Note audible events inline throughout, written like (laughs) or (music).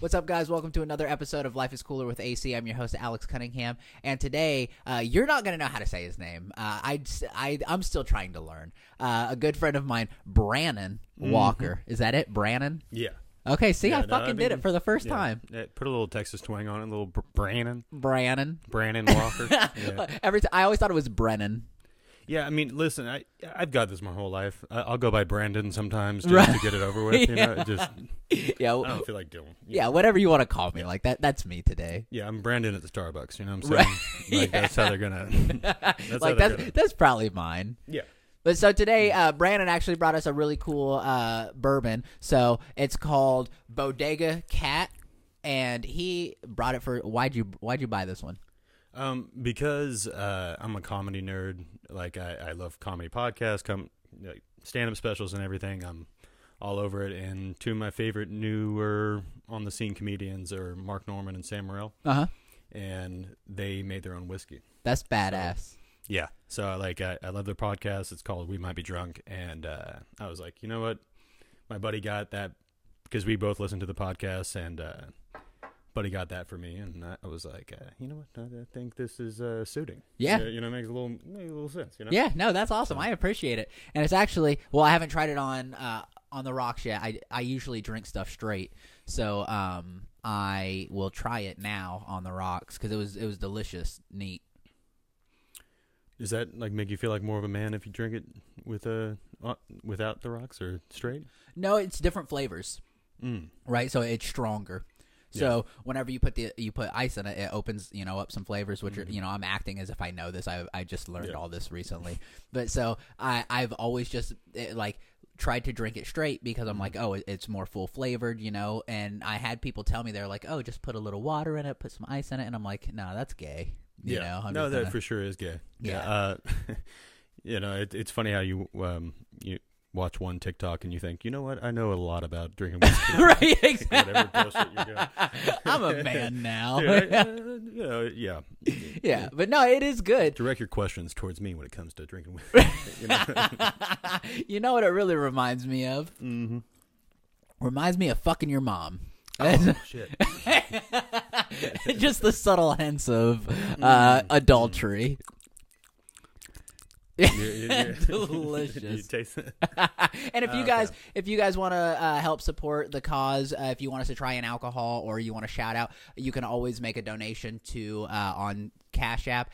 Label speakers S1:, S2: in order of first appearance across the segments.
S1: What's up, guys? Welcome to another episode of Life is Cooler with AC. I'm your host, Alex Cunningham. And today, uh, you're not going to know how to say his name. Uh, I'd s- I, am still trying to learn. Uh, a good friend of mine, Brannon Walker. Is that it? Brannon?
S2: Mm-hmm. Yeah.
S1: Okay, see, I
S2: no, I
S1: fucking did
S2: mean,
S1: it for the first
S2: Yeah.
S1: time.
S2: Yeah, put a little Texas twang on it, a little Br- Brannon,
S1: Brannon.
S2: Brannon
S1: (laughs)
S2: Walker. yeah.
S1: Every t- I always thought it was Brennan.
S2: yeah, I mean, listen, I I've got this my whole life. I, I'll go by Brandon sometimes just to
S1: Right.
S2: get it over
S1: (laughs)
S2: with. You know,
S1: Yeah.
S2: it just
S1: yeah,
S2: I
S1: w-
S2: don't feel like doing.
S1: yeah, whatever you want to call me. Like that that's me today.
S2: yeah, I'm Brandon at the Starbucks. You know what I'm
S1: Right. (laughs)
S2: saying? Like that's how they're gonna. That's how
S1: like
S2: they're
S1: that's
S2: gonna-
S1: that's probably mine.
S2: yeah.
S1: But so today, uh, Brandon actually brought us a really cool uh, bourbon. So it's called Bodega Cat, and he brought it for why'd you why'd you buy this one?
S2: Um, because uh, I'm a comedy nerd. Like I, I love comedy podcasts, com- like stand-up specials, and everything. I'm all over it. And two of my favorite newer on the scene comedians are Mark Norman and Sam Morril,
S1: Uh huh.
S2: and they made their own whiskey.
S1: That's badass.
S2: Yeah. So I like I, I love their podcast. It's called We Might Be Drunk, and uh, I was like, you know what, my buddy got that because we both listen to the podcast, and uh, buddy got that for me, and I, I was like, uh, you know what, I, I think this is uh, suiting.
S1: Yeah.
S2: You know, you know, it makes a little makes a little sense. You know.
S1: Yeah, no, that's awesome. I appreciate it. And it's actually well, I haven't tried it on uh, on the rocks yet. I I usually drink stuff straight, so um I will try it now on the rocks because it was it was delicious, neat.
S2: Does that like make you feel like more of a man if you drink it with a uh, without the rocks or straight?
S1: No, it's different flavors.
S2: Mm.
S1: right? So it's stronger. So whenever you put the you put ice in it, it opens you know up some flavors, which are you know I'm acting as if I know this. I I just learned
S2: Mm-hmm. Yeah.
S1: all this recently, but so I I've always just eh, like tried to drink it straight because
S2: Mm-hmm.
S1: I'm like oh it- it's more full flavored you know, and I had people tell me they're like oh just put a little water in it, put some ice in it, and I'm like no that's gay, you know. I'm
S2: no,
S1: just
S2: that
S1: gonna-
S2: for sure is gay.
S1: Yeah.
S2: Uh, (laughs) you know, it, it's funny how you um you watch one TikTok and you think, you know what, I know a lot about drinking
S1: (laughs)
S2: whiskey.
S1: (laughs) right
S2: Whatever
S1: exactly.
S2: bullshit
S1: (laughs)
S2: you're doing.
S1: I'm a
S2: (laughs)
S1: man now.
S2: Yeah, uh, you know, yeah.
S1: (laughs) yeah, but no, it is good.
S2: Direct your questions towards me when it comes
S1: (laughs)
S2: to drinking whiskey. you know?
S1: you know what it really reminds me of? Mm-hmm. Reminds me of fucking your mom. (laughs)
S2: oh, shit.
S1: Just the subtle hints of uh, adultery.
S2: You- you- you- (laughs) you
S1: Delicious.
S2: taste
S1: (laughs)
S2: it?
S1: and if you guys, if you guys want to uh, help support the cause, uh, if you want us to try an alcohol or you want to shout out, you can always make a donation to uh, on Cash App.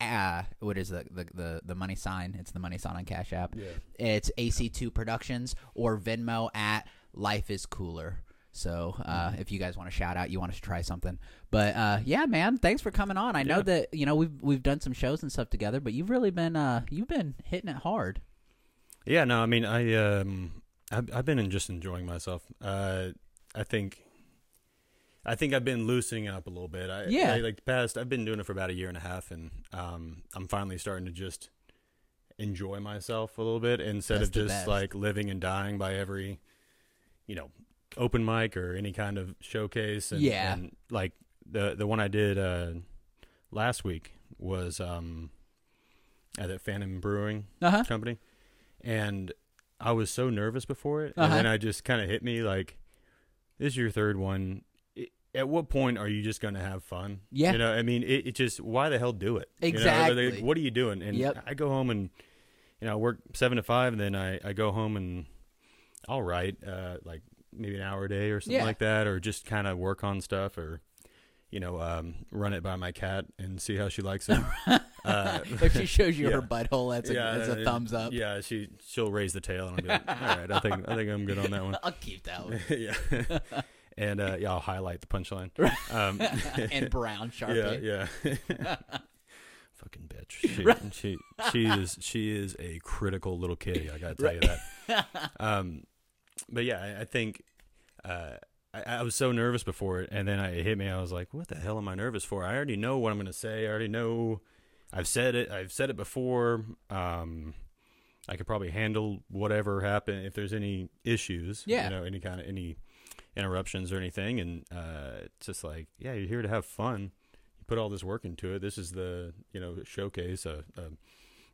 S1: Uh, what is the, the the the money sign? It's the money sign on Cash App.
S2: Yeah.
S1: It's AC2 Productions or Venmo at Life is Cooler. So uh,
S2: Mm-hmm.
S1: if you guys want to shout out, you want us to try something, but uh, yeah, man, thanks for coming on. I know
S2: Yeah.
S1: that you know we've we've done some shows and stuff together, but you've really been uh, you've been hitting it hard.
S2: Yeah, no, I mean, I um, I've, I've been just enjoying myself. Uh, I think, I think I've been loosening up a little bit. I,
S1: Yeah.
S2: I, like the past, I've been doing it for about a year and a half, and um, I'm finally starting to just enjoy myself a little bit instead
S1: That's
S2: of
S1: the
S2: just
S1: best.
S2: like living and dying by every, you know, open mic or any kind of showcase. And,
S1: Yeah.
S2: and like the the one I did uh, last week was um, at that Phantom Brewing
S1: Uh (laughs) huh.
S2: company, and I was so nervous before it, and
S1: Uh-huh.
S2: then I just kind of hit me like, "This is your third one. I- At what point are you just going to have fun?
S1: Yeah.
S2: you know, I mean, it, it just why the hell do it? You know, like,
S1: Exactly.
S2: what are you doing? And
S1: Yep.
S2: I go home and you know I work seven to five, and then I I go home and I'll write uh, like maybe an hour a day or something
S1: Yeah.
S2: like that, or just kind of work on stuff or. You know, um, run it by my cat and see how she
S1: (laughs)
S2: likes it. uh,
S1: if she shows you her
S2: Yeah.
S1: butthole, that's a, that's a
S2: uh,
S1: thumbs up.
S2: Yeah, she she'll raise the tail, and I'll be like, all right, I think I think I'm good on that
S1: (laughs)
S2: one.
S1: I'll keep that one.
S2: yeah, (laughs) and uh, yeah, I'll highlight the punchline.
S1: (laughs)
S2: Um,
S1: and brown
S2: (laughs) yeah,
S1: sharpie.
S2: yeah. (laughs) Fucking bitch.
S1: (laughs)
S2: She, she she is she is a critical little kitty. I gotta tell you that. Um, but yeah, I, I think. Uh, I, I was so nervous before it, and then I, it hit me. I was like, "What the hell am I nervous for? I already know what I'm going to say. I already know. I've said it. I've said it before. Um, I could probably handle whatever happened if there's any issues.
S1: Yeah.
S2: you know, any kind of any interruptions or anything. And uh, it's just like, yeah, you're here to have fun. You put all this uh, work into it. This is the you know showcase. A, a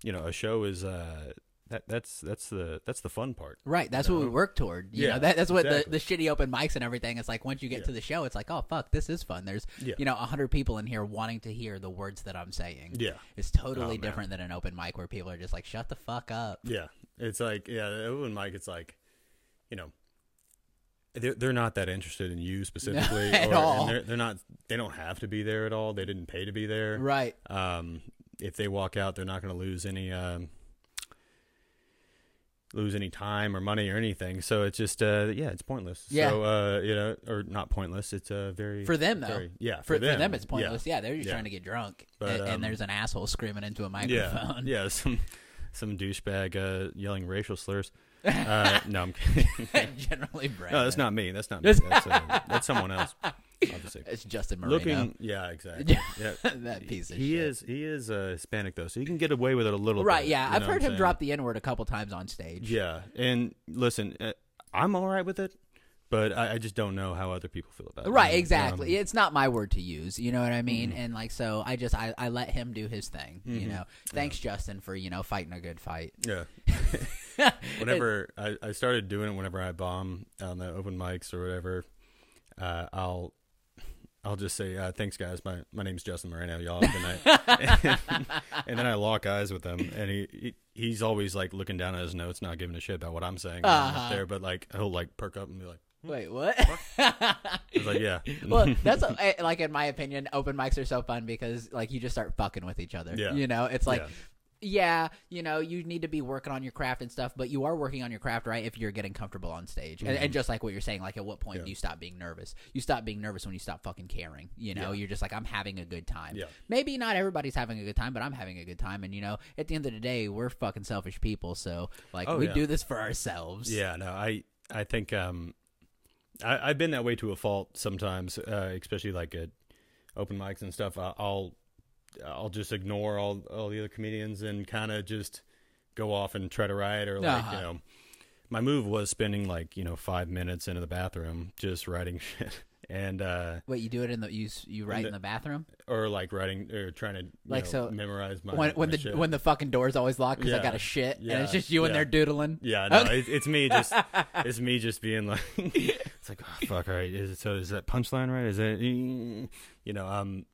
S2: you know a show is uh, That, that's that's the that's the fun part.
S1: Right, that's
S2: you
S1: what we
S2: know?
S1: work toward. You
S2: Yeah,
S1: know, that, that's what
S2: exactly.
S1: the, the shitty open mics and everything. It's like once you get
S2: Yeah.
S1: to the show, it's like, oh fuck, this is fun. There's
S2: Yeah.
S1: you know a hundred people in here wanting to hear the words that I'm saying.
S2: Yeah.
S1: it's
S2: Oh,
S1: totally
S2: man.
S1: different than an open mic where people are just like, shut the fuck up.
S2: Yeah, it's like yeah, the open mic. It's like, you know, they're they're not that interested in you specifically
S1: (laughs) at
S2: and
S1: all.
S2: they're, they're not. They don't have to be there at all. They didn't pay to be there.
S1: Right.
S2: Um, if they walk out, they're not going to lose any um, lose any time or money or anything. So it's just uh, yeah, it's pointless.
S1: Yeah.
S2: So uh, you know, or not pointless. It's uh, very
S1: For them, though.
S2: very- yeah,
S1: For, for, them, it's
S2: yeah.
S1: pointless. Yeah, they're just
S2: Yeah.
S1: trying to get drunk,
S2: But,
S1: and, and
S2: um,
S1: there's an asshole screaming into a
S2: Yeah,
S1: (laughs)
S2: (laughs)
S1: microphone.
S2: yeah, some some douchebag uh, yelling
S1: (laughs)
S2: racial slurs. Uh, no, I'm kidding. (laughs)
S1: Generally, Brandon.
S2: No, that's not me. That's not me. That's, uh, that's someone else.
S1: (laughs)
S2: Obviously.
S1: It's Justin Marino.
S2: Looking, yeah, exactly. Yeah.
S1: (laughs) that piece of
S2: He
S1: shit.
S2: is he is uh, Hispanic though, so he can get away with it a little.
S1: right.
S2: bit,
S1: Yeah,
S2: you
S1: I've
S2: know what
S1: heard
S2: I'm
S1: him
S2: saying?
S1: drop the N word a couple times on stage.
S2: Yeah, and listen, uh, I'm all right with it, but I, I just don't know how other people feel about it.
S1: Right,
S2: Um,
S1: exactly. it's not my word to use. You know what I mean? And like, so I just I, I let him do his thing. You know, thanks Justin for you know fighting a good fight.
S2: Yeah. whenever I, I started doing it, whenever I bomb on the open mics or whatever, uh, I'll I'll just say uh, thanks, guys. My my name's Justin Moreno. Y'all have a good night. and, then I lock eyes with him, and he, he he's always like looking down at his notes, not giving a shit about what I'm saying when I'm up there, but like he'll like perk up and be like,
S1: Wait, what? (laughs)
S2: I was like yeah, (laughs)
S1: well, that's a, I- like in my opinion, open mics are so fun because like you just start fucking with each other.
S2: Yeah.
S1: You know, it's like.
S2: Yeah.
S1: Yeah. you know, you need to be working on your craft and stuff, but you are working on your craft, right? If you're getting comfortable on stage, and, and just like what you're saying, like at what point
S2: Mm-hmm. Yeah.
S1: do you stop being nervous? You stop being nervous when you stop fucking caring. You know,
S2: Yeah.
S1: you're just like, I'm having a good time.
S2: Yeah.
S1: Maybe not everybody's having a good time, but I'm having a good time. And you know, at the end of the day, we're fucking selfish people, so like
S2: Oh,
S1: we
S2: yeah.
S1: do this for ourselves.
S2: Yeah, no, I I think um, I, I've been that way to a fault sometimes, uh, especially like at open mics and stuff. I, I'll I'll just ignore all all the other comedians and kind of just go off and try to write or like
S1: Uh-huh.
S2: you know. My move was spending like you know five minutes into the bathroom just writing (laughs) shit and uh
S1: Wait, you do it in the you s- you write
S2: the-
S1: in the bathroom
S2: or like writing or trying to you
S1: Like,
S2: know,
S1: so
S2: memorize my
S1: when when
S2: my
S1: the
S2: shit.
S1: when the fucking door's always locked because
S2: Yeah.
S1: I got to shit and it's
S2: Yeah.
S1: just you in
S2: Yeah.
S1: there doodling.
S2: Yeah, no, it, it's
S1: (laughs)
S2: me just it's me just being like (laughs) it's like oh, fuck all right is it, so is that punchline right is it you know um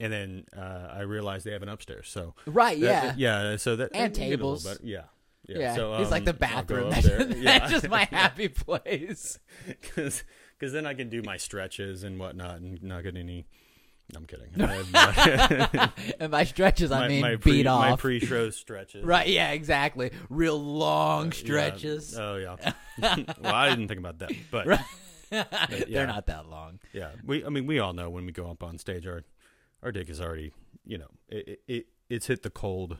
S2: and then uh, I realized they have an upstairs so
S1: Right?
S2: that-
S1: Yeah.
S2: that- yeah so that
S1: And
S2: it made it a little
S1: tables.
S2: better. yeah yeah,
S1: yeah.
S2: so
S1: it's like
S2: um,
S1: the
S2: I'll go
S1: bathroom.
S2: up
S1: That's, (laughs)
S2: there.
S1: that's
S2: yeah.
S1: just
S2: (laughs)
S1: my happy place.
S2: because then I can do my stretches and whatnot and not get any
S1: (laughs)
S2: I'm kidding I have my, (laughs)
S1: And by stretches, I
S2: my,
S1: mean
S2: my
S1: beat
S2: pre,
S1: off.
S2: my pre-show stretches
S1: right? Yeah. Exactly. Real long stretches. (laughs)
S2: yeah. oh yeah (laughs) well I didn't think about that but, but yeah.
S1: They're not that long.
S2: Yeah, we. I mean, we all know when we go up on stage, our our dick is already, you know, it it it's hit the cold.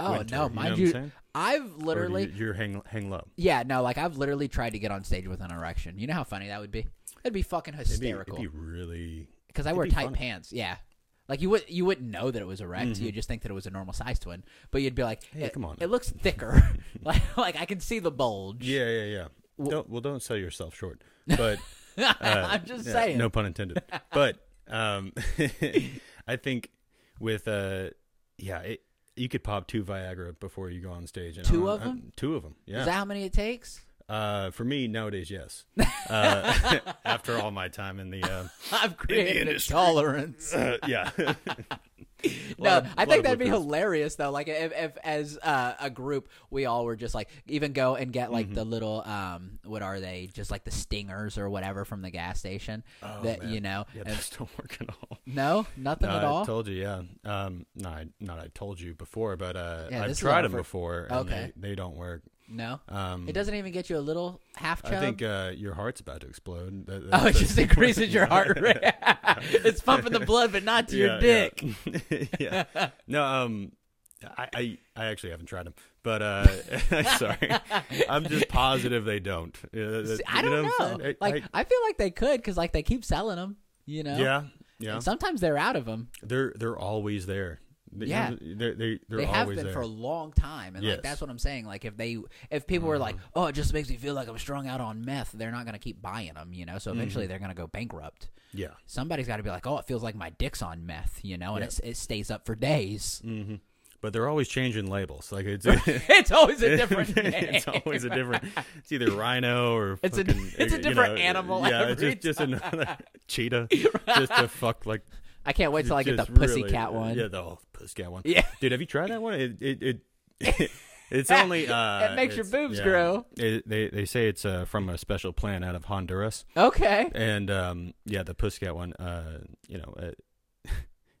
S1: Oh
S2: winter,
S1: no,
S2: know
S1: mind
S2: what I'm
S1: you,
S2: saying?
S1: I've
S2: Or do
S1: literally
S2: you, are hang hang low.
S1: Yeah, no, like I've literally tried to get on stage with an erection. You know how funny that would be? It'd be fucking
S2: It'd be, it'd
S1: hysterical.
S2: be really.
S1: Because I
S2: it'd
S1: wear
S2: be
S1: tight
S2: funny.
S1: pants. Yeah. Like you would you wouldn't know that it was erect. You'd just think that it was a normal sized one. But you'd be like, it,
S2: Mm-hmm. come on.
S1: It looks thicker.
S2: (laughs)
S1: (laughs) like like I can see the bulge.
S2: Yeah, yeah, yeah. Well, don't, well, don't sell yourself short, but uh,
S1: (laughs) I'm just saying.
S2: no pun intended. But um, (laughs) I think with uh, yeah, it, you could pop two Viagra before you go on stage. And I
S1: Two
S2: don't-
S1: of
S2: I-
S1: them?
S2: Two of them. Yeah.
S1: Is that how many it takes? (laughs)
S2: uh, for me nowadays, yes. Uh, (laughs) after all my time in the. Uh,
S1: I've created a (laughs)
S2: industry. (laughs)
S1: tolerance.
S2: Uh, yeah.
S1: no, I think that'd be
S2: hilarious.
S1: hilarious though. Like if, if as uh, a group we all were just like even go and get
S2: Mm-hmm.
S1: like the little um what are they just like the stingers or whatever from the gas station that you know
S2: Oh, Yeah,
S1: and-
S2: those don't work at all.
S1: no nothing at all
S2: I told you, yeah. Um, no, I, not I told you before, but uh,
S1: Yeah,
S2: I've
S1: this is
S2: tried
S1: all
S2: them
S1: for-
S2: before, and
S1: Okay.
S2: they, they don't work.
S1: no
S2: Um,
S1: it doesn't even get you a little half chub
S2: I think uh, your heart's about to explode.
S1: oh
S2: That-
S1: it
S2: (laughs) that's-
S1: just increases your heart
S2: (laughs)
S1: rate it's pumping the blood but not to your
S2: yeah,
S1: dick
S2: Yeah. (laughs) yeah. No. Um. I, I I actually haven't tried them, but uh, (laughs) sorry, I'm
S1: (laughs)
S2: just positive they don't. Uh, that-
S1: I
S2: you
S1: don't
S2: what I'm
S1: know,
S2: saying? I-
S1: like I, feel like they could because like they keep selling them you know
S2: I- yeah, yeah.
S1: And sometimes they're out of them
S2: They're they're always there. They-
S1: Yeah.
S2: they're, they they're
S1: they have
S2: always
S1: been
S2: there.
S1: for a long time and
S2: Yes. Mm-hmm.
S1: like that's what i'm saying like if they if people were like oh it just makes me feel like i'm strung out on meth they're not going to keep buying them you know so
S2: Mm-hmm.
S1: eventually they're going to go bankrupt
S2: yeah.
S1: somebody's got to be like oh it feels like my dick's on meth you know and
S2: Yeah.
S1: it's,
S2: Mm.
S1: it stays up for days
S2: but they're always changing labels. Like it's
S1: (laughs)
S2: (laughs)
S1: it's always (laughs) a different. name.
S2: it's always a different.
S1: (laughs)
S2: It's either rhino or
S1: It's a-
S2: fucking-
S1: it's a
S2: you
S1: different animal
S2: Yeah, it's
S1: every
S2: just,
S1: (laughs)
S2: just another cheetah. Just to fuck like.
S1: I can't wait till I get the
S2: just
S1: pussy
S2: really- uh,
S1: cat one.
S2: Yeah, the whole pussy cat one.
S1: Yeah.
S2: dude, have you tried that one? It it. it (laughs)
S1: (laughs)
S2: It's only uh,
S1: It makes your
S2: it's-
S1: boobs grow.
S2: It, they they say it's uh, from a special plant out of Honduras,
S1: Okay.
S2: and um, yeah, the pussycat one. Uh, you know, uh, (laughs)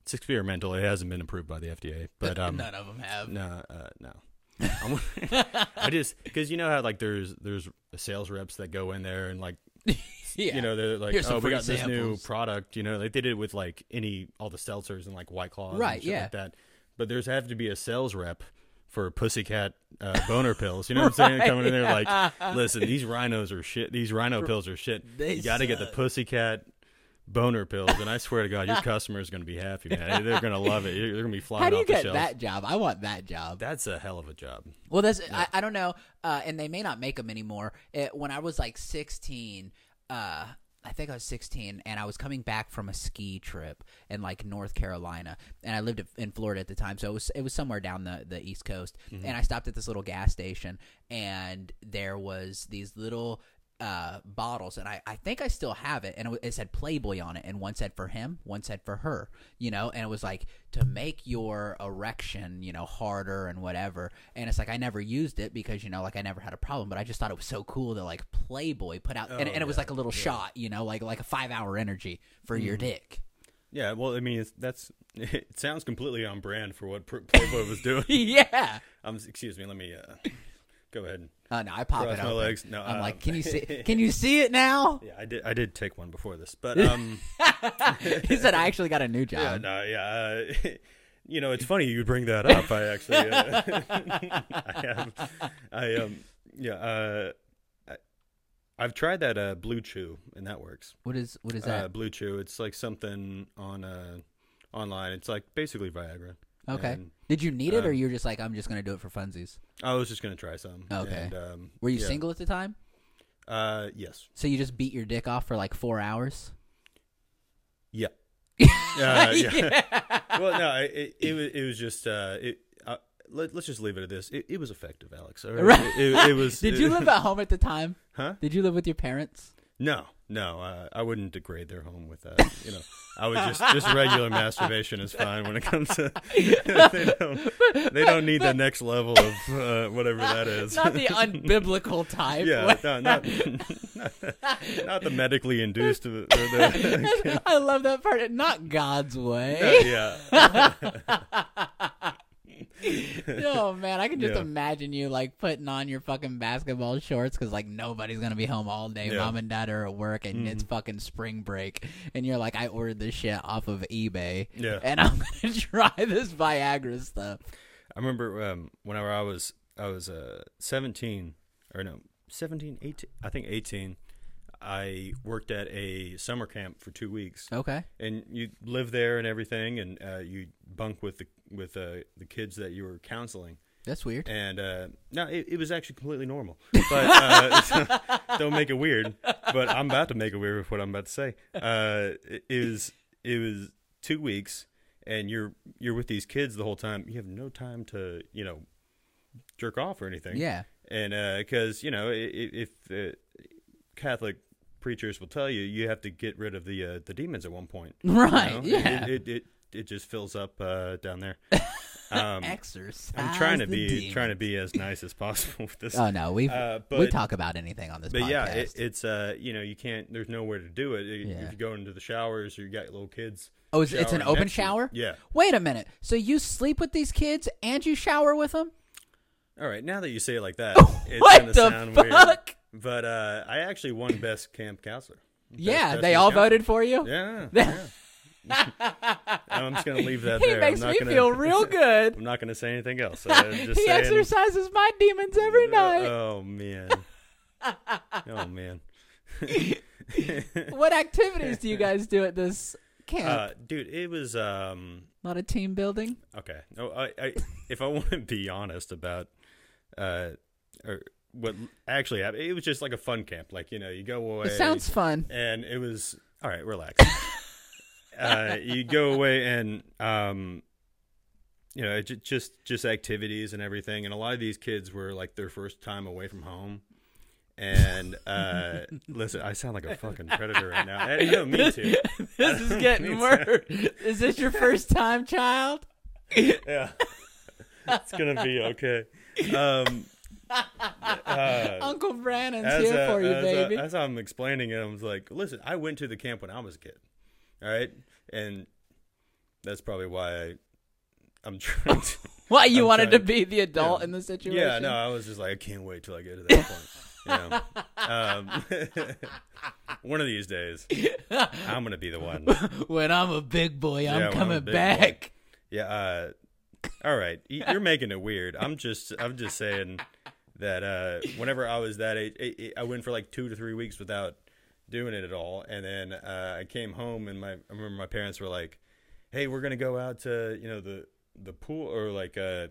S2: it's experimental. It hasn't been approved by the FDA,
S1: (laughs)
S2: but um,
S1: None of them have.
S2: no, uh, no. I'm, (laughs) I just because you know how like there's there's sales reps that go in there and like
S1: yeah.
S2: (laughs) you know they're like
S1: Here's some
S2: oh we
S1: free
S2: got this new
S1: samples."
S2: product you know like they did it with like any all the seltzers and like white claws
S1: Right,
S2: and shit
S1: yeah.
S2: like that but there's have to be a sales rep for pussycat
S1: (laughs)
S2: uh, boner pills you know what I'm saying coming in there like listen these rhinos are shit these rhino pills are shit
S1: They
S2: you got to get the pussycat boner pills and I swear to
S1: (laughs)
S2: God your customer is gonna be happy man they're gonna love it they're gonna be flying
S1: How do
S2: off
S1: you
S2: the
S1: get
S2: shelves
S1: that job? I want that job.
S2: that's a hell of a job.
S1: Well, that's I, I don't know, uh, and they may not make them anymore. It, when I was like sixteen, uh, I think I was sixteen, and I was coming back from a ski trip in like North Carolina, and I lived in Florida at the time, so it was it was somewhere down the the East Coast,
S2: Mm-hmm.
S1: and I stopped at this little gas station, and there was these little uh bottles and I, I think i still have it and it, w- it said playboy on it and one said for him one said for her you know and it was like to make your erection you know harder and whatever and it's like i never used it because you know like i never had a problem but i just thought it was so cool that like playboy put out and, and
S2: Oh,
S1: it was like a little shot you know like like a five hour energy for your
S2: Mm-hmm.
S1: dick (laughs)
S2: Yeah, well, I mean, it's, that's (laughs) it sounds completely on brand for what Pr- Playboy
S1: (laughs)
S2: was doing.
S1: yeah
S2: Um, excuse me, let
S1: (coughs)
S2: me uh, go ahead. and
S1: uh, no i pop
S2: Cross
S1: it
S2: my
S1: open.
S2: legs. No,
S1: i'm
S2: uh,
S1: like
S2: (laughs)
S1: can you see can you see it now
S2: Yeah, I did. I did take one before this, but um,
S1: (laughs) he said i actually got a new job
S2: yeah, no, yeah. Uh, (laughs) you know, it's funny you bring that up. I actually, uh, (laughs) I have, I um, yeah. Uh, I, I've tried that uh, Blue Chew, and that works.
S1: what is what is
S2: Uh,
S1: that
S2: Blue Chew. It's like something on uh, online. It's like basically Viagra.
S1: okay
S2: Uh, And
S1: did you need it or
S2: um,
S1: you were just like i'm just gonna do it for funsies
S2: I was just gonna try some.
S1: Okay.
S2: And, um,
S1: Were you
S2: yeah.
S1: single at the time?
S2: Uh, yes.
S1: So you just beat your dick off for like four hours? (laughs)
S2: Yeah. Uh, yeah. well, no, it, it, it was it was just uh, it. Uh, let, let's just leave it at this. It, it was effective, Alex. all right?
S1: Right.
S2: It, it, it was.
S1: (laughs)
S2: uh,
S1: Did you live at home at the time?
S2: (laughs) Huh?
S1: Did you live with your
S2: (laughs)
S1: parents?
S2: No, no. Uh, I wouldn't degrade their home with that. You know, I would just just regular masturbation is fine when it comes to. (laughs) they don't. They don't need the next level of uh, whatever that is.
S1: Not the unbiblical type.
S2: (laughs) yeah, no, not, not (laughs) the medically induced. uh, Or the,
S1: (laughs) (laughs)
S2: (laughs)
S1: I love that part. Not God's way.
S2: yeah,
S1: oh man, I can just
S2: Yeah.
S1: imagine you like putting on your fucking basketball shorts because like nobody's gonna be home all day.
S2: Yeah. Mm-hmm.
S1: Mom and dad are at work, and it's fucking spring break, and you're like, I ordered this shit off of eBay,
S2: Yeah.
S1: and I'm (laughs) gonna try this Viagra stuff.
S2: I remember um, whenever I was I was uh, 17 or no 17 18 I think 18 I worked at a summer camp for 2 weeks
S1: Okay.
S2: and you live there and everything and uh, you bunk with the with uh, the kids that you were counseling
S1: That's weird.
S2: and uh, no it, it was actually completely normal but uh, (laughs) don't make it weird but I'm about to make it weird with what I'm about to say uh, it, it was it was 2 weeks and you're you're with these kids the whole time you have no time to you know jerk off or anything
S1: Yeah.
S2: and because you know i- i- if uh, Catholic preachers will tell you, you have to get rid of the uh, the demons at one point,
S1: (laughs)
S2: you
S1: Right,
S2: know?
S1: yeah.
S2: It, it, it it just fills up uh,
S1: (laughs)
S2: down there. Um,
S1: Exercise.
S2: I'm trying to
S1: the
S2: be
S1: demon.
S2: trying to be as nice as possible (laughs) with this.
S1: Oh no, we
S2: Uh,
S1: we
S2: but-
S1: talk about anything on this
S2: but
S1: podcast.
S2: yeah, it, it's uh you know you can't. There's nowhere to do it. If-
S1: Yeah.
S2: If you go into the showers or you got little kids.
S1: oh, it's, it's an
S2: showering
S1: open
S2: next to you-
S1: shower.
S2: Yeah.
S1: Wait a minute. So you sleep with these kids and you shower with them?
S2: All right. Now that you say it
S1: (laughs)
S2: like that, it's
S1: What
S2: gonna
S1: the
S2: sound
S1: fuck?
S2: weird. But uh, I actually won best camp counselor. Best-
S1: yeah,
S2: best
S1: they
S2: camp
S1: all
S2: counselor.
S1: voted for you.
S2: Yeah. (laughs) yeah. I'm just gonna leave that
S1: (laughs) He
S2: there.
S1: makes
S2: I'm not
S1: me
S2: gonna,
S1: feel
S2: (laughs)
S1: real good.
S2: I'm not gonna say
S1: (laughs)
S2: anything else. I'm just
S1: he
S2: saying,
S1: exercises my demons every night.
S2: (laughs)
S1: (laughs)
S2: Oh man. oh man.
S1: what activities do you guys do at this camp?
S2: Uh, dude, it was um
S1: a lot of team building.
S2: okay. No, I, I if I (laughs) want to be honest about uh or what actually happened, it was just like a fun camp. Like you know, you go away.
S1: It sounds
S2: (laughs)
S1: fun.
S2: and it was
S1: (laughs)
S2: all right. Relax. uh, you go away and um, you know ju- just just activities and everything and a lot of these kids were like their first time away from home and
S1: (laughs)
S2: uh listen i sound like a fucking predator right now Eh, no, me too
S1: This is
S2: (laughs)
S1: getting worse. Is this your first time, child? (laughs)
S2: yeah it's gonna be okay
S1: (laughs)
S2: um uh,
S1: Uncle Brandon's
S2: as,
S1: here
S2: uh,
S1: for you,
S2: as, uh,
S1: baby.
S2: as I'm explaining it, I was like, listen, I went to the camp when I was a kid. All right. And that's probably why I, I'm
S1: (laughs)
S2: trying to. (laughs)
S1: Why you
S2: I'm
S1: wanted to
S2: trying-
S1: be the adult
S2: yeah.
S1: in the situation?
S2: yeah, no, I was just like, I can't wait till I get to that point. Yeah. Um,
S1: (laughs)
S2: (laughs) one of these days, I'm going to be
S1: (laughs)
S2: the one.
S1: When I'm a big boy, I'm
S2: Yeah, when I'm a
S1: coming
S2: big boy.
S1: back.
S2: Yeah. Uh, all right. Y- You're making it weird. I'm just, I'm just saying that uh, whenever I was that age, it, it, I went for like two to three weeks without doing it at all, and then uh, I came home and my, I remember my parents were like, "Hey, we're gonna go out to you know the the pool or like uh,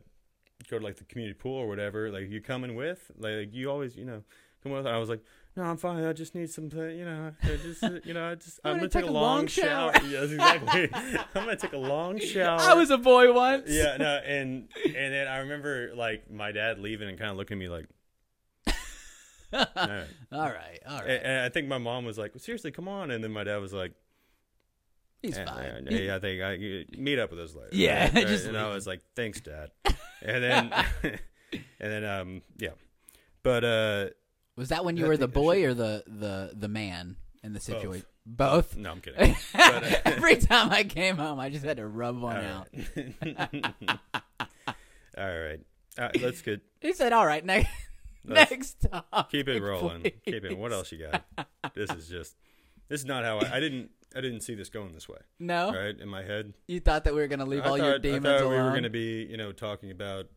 S2: go to like the community pool or whatever. Like you coming with? Like you always you know come with?" And I was like. No, I'm fine. I just need some, pla- you know, I just, uh, (laughs) you know, I just, I'm gonna take a long shower. (laughs) Yes, exactly. I'm gonna take a (laughs) long
S1: (laughs)
S2: shower.
S1: I was a boy once. (laughs)
S2: Yeah, no, and and then I remember like my dad leaving and kind of looking at me like, all right.
S1: All right, (laughs) all right.
S2: and, and I think my mom was like, seriously, come on, and then my dad was like,
S1: He's
S2: eh,
S1: fine.
S2: eh, yeah, I think I you meet up with us later.
S1: Yeah,
S2: Right, right.
S1: just
S2: and I
S1: leave.
S2: was like, thanks,
S1: (laughs)
S2: dad, and then (laughs) and then um yeah, but uh
S1: Was that when you
S2: I
S1: were
S2: think
S1: the
S2: I
S1: boy
S2: should-
S1: or the the the man in the situation? Both. (laughs)
S2: no, I'm kidding. Mm, But, uh, (laughs)
S1: Every time I came home, I just had to rub one
S2: all
S1: out.
S2: right. (laughs) all right, uh, let's get
S1: He said, "All right, next (laughs)
S2: Let's
S1: next topic." (laughs)
S2: keep it rolling. Keep it. What
S1: please."
S2: else you got? This is just. This is not how I, I didn't. I didn't see this going this way.
S1: No,
S2: Right in my head.
S1: you thought that we were gonna Oh. leave
S2: I
S1: all
S2: thought,
S1: your demons
S2: I thought
S1: alone.
S2: we were going to be, you know, talking about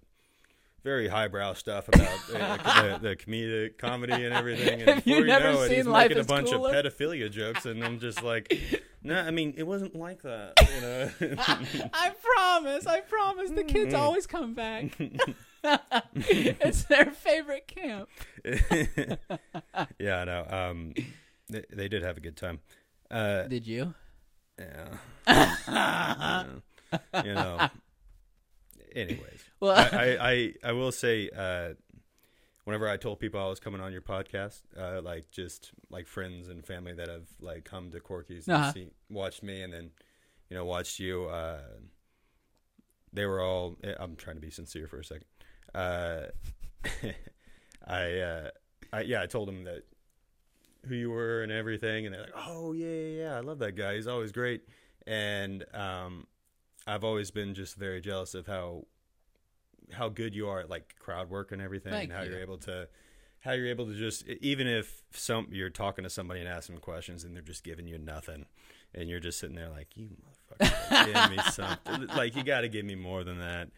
S2: very highbrow stuff about uh,
S1: (laughs)
S2: the, the comedic comedy and everything. And
S1: Have you
S2: before
S1: never
S2: know it,
S1: seen
S2: he's
S1: Life
S2: making a
S1: is
S2: bunch
S1: Cooler?
S2: of pedophilia jokes, and I'm just like,
S1: (laughs)
S2: no, I mean, it wasn't like that. You know,
S1: I promise. I promise. The kids
S2: Mm.
S1: always come back.
S2: (laughs)
S1: (laughs) it's their favorite camp.
S2: (laughs) yeah, I know. Um, they, they did have a good time. Uh,
S1: Did you?
S2: Yeah.
S1: (laughs)
S2: Yeah. You know. Anyways,
S1: Well-
S2: I, I, I, I will say, uh, whenever I told people I was coming on your podcast, uh, like just like friends and family that have like come to Corky's
S1: Uh-huh.
S2: and see, watched me and then, you know, watched you, uh, they were all, eh, I'm trying to be sincere for a second. Uh, (laughs) I, uh, I, yeah, I told them that who you were and everything, and they're like, "Oh yeah, yeah, yeah, I love that guy. He's always great." And um, I've always been just very jealous of how how good you are at like crowd work and everything,
S1: Thank
S2: and how
S1: you.
S2: are able to how you're able to just e, even if some you're talking to somebody and asking them questions and they're just giving you nothing, and you're just sitting there like you motherfucker,
S1: (laughs)
S2: give me something. Like you got to give me more than that.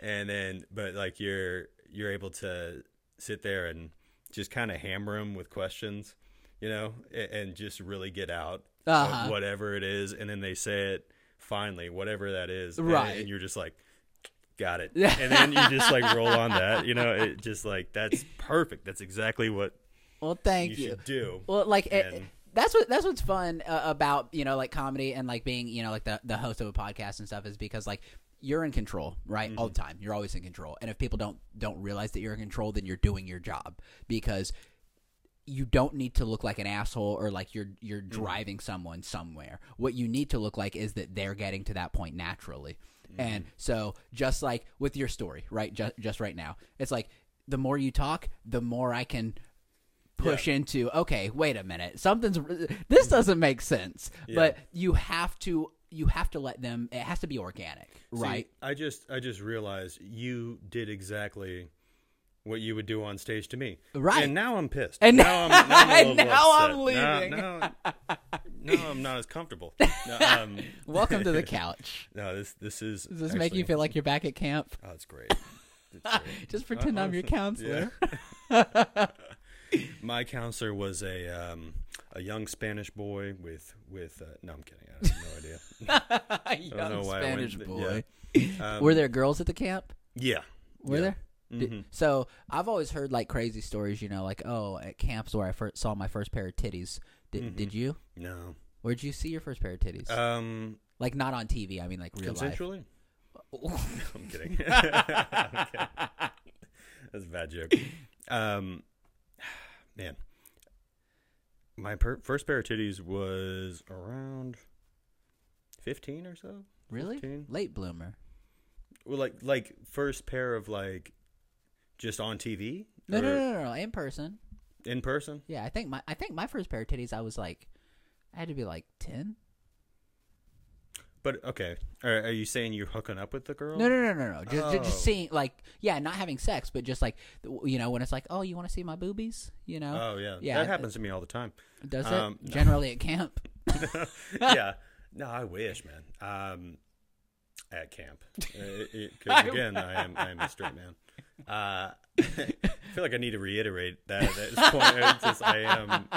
S2: And then, but like you're you're able to sit there and just kind of hammer them with questions, you know, and, and just really get out of
S1: Uh-huh.
S2: whatever it is, and then they say it finally, whatever that is, and-
S1: Right.
S2: And you're just like,
S1: (laughs)
S2: got it, and then you just like roll on that, you know, it just like that's perfect. That's exactly what
S1: (laughs) Well, thank
S2: you
S1: you.
S2: should do.
S1: Well, like it-
S2: And-
S1: that's what that's what's fun uh, about you know like comedy and like being you know like the the host of a podcast and stuff is because like you're in control right all the
S2: Mm-hmm.
S1: time you're always in control and if people don't don't realize that you're in control then you're doing your job because you don't need to look like an asshole or like you're you're
S2: Mm-hmm.
S1: driving someone somewhere. What you need to look like is that they're getting to that point naturally. And
S2: Mm-hmm.
S1: so just like with your story, right? Just just right now. It's like the more you talk, the more I can push into okay, wait a minute. Something's this
S2: Mm-hmm.
S1: doesn't make sense. But you have to you have to let them it has to be organic,
S2: See,
S1: right?
S2: I just I just realized you did exactly what you would do on stage to me.
S1: Right.
S2: And now I'm pissed.
S1: And-
S2: now I'm, now I'm,
S1: (laughs)
S2: a
S1: and
S2: little
S1: now I'm
S2: upset.
S1: leaving.
S2: Now, now, now I'm not
S1: (laughs)
S2: as comfortable. No, um,
S1: Welcome to the
S2: (laughs)
S1: couch.
S2: no, this this is.
S1: Does this make you feel like you're back at camp?
S2: Oh,
S1: (laughs)
S2: it's great. It's great.
S1: Just pretend I'm your counselor.
S2: (laughs) Yeah.
S1: (laughs)
S2: My counselor was a um, a young Spanish boy with with. Uh, no, I'm kidding. I have no idea.
S1: (laughs) Young
S2: I don't know why
S1: Spanish
S2: I went,
S1: boy.
S2: Yeah.
S1: (laughs)
S2: Um,
S1: Were there girls at the camp?
S2: Yeah. Mm-hmm.
S1: Were
S2: Yeah.
S1: there? Did- So I've always heard like crazy stories, you know, like oh, at camps where I first saw my first pair of titties. Did
S2: Mm-hmm.
S1: did you?
S2: No.
S1: Where'd you see your first pair of titties?
S2: Um,
S1: like not on TV, I mean like real life.
S2: consensually. I'm kidding. (laughs) I'm kidding. That's a bad joke. Um, man, my per- first pair of titties was around fifteen or so.
S1: (laughs) Really?
S2: 15.
S1: Late bloomer.
S2: Well, like like first pair of like just on TV.
S1: No, no,
S2: or
S1: no, no, no, in person.
S2: In person.
S1: Yeah, I think my I think my first pair of titties I was like I had to be like 10.
S2: But okay, are, are you saying you're hooking up with the girl?
S1: No, no, no, no, no. Just ju-
S2: Oh.
S1: just seeing like yeah, not having sex, but just like th- you know when it's like, "Oh, you want to see my boobies?" you know.
S2: Oh yeah,
S1: Yeah,
S2: that
S1: I-
S2: happens to me all the time.
S1: Does it
S2: um, no.
S1: generally at camp?
S2: (laughs) yeah. No, I wish, man. Um, at camp, because
S1: (laughs) I-
S2: again, I am I am a straight man. Uh, (laughs) I feel like I need to reiterate that at this point. (laughs) It's just, I am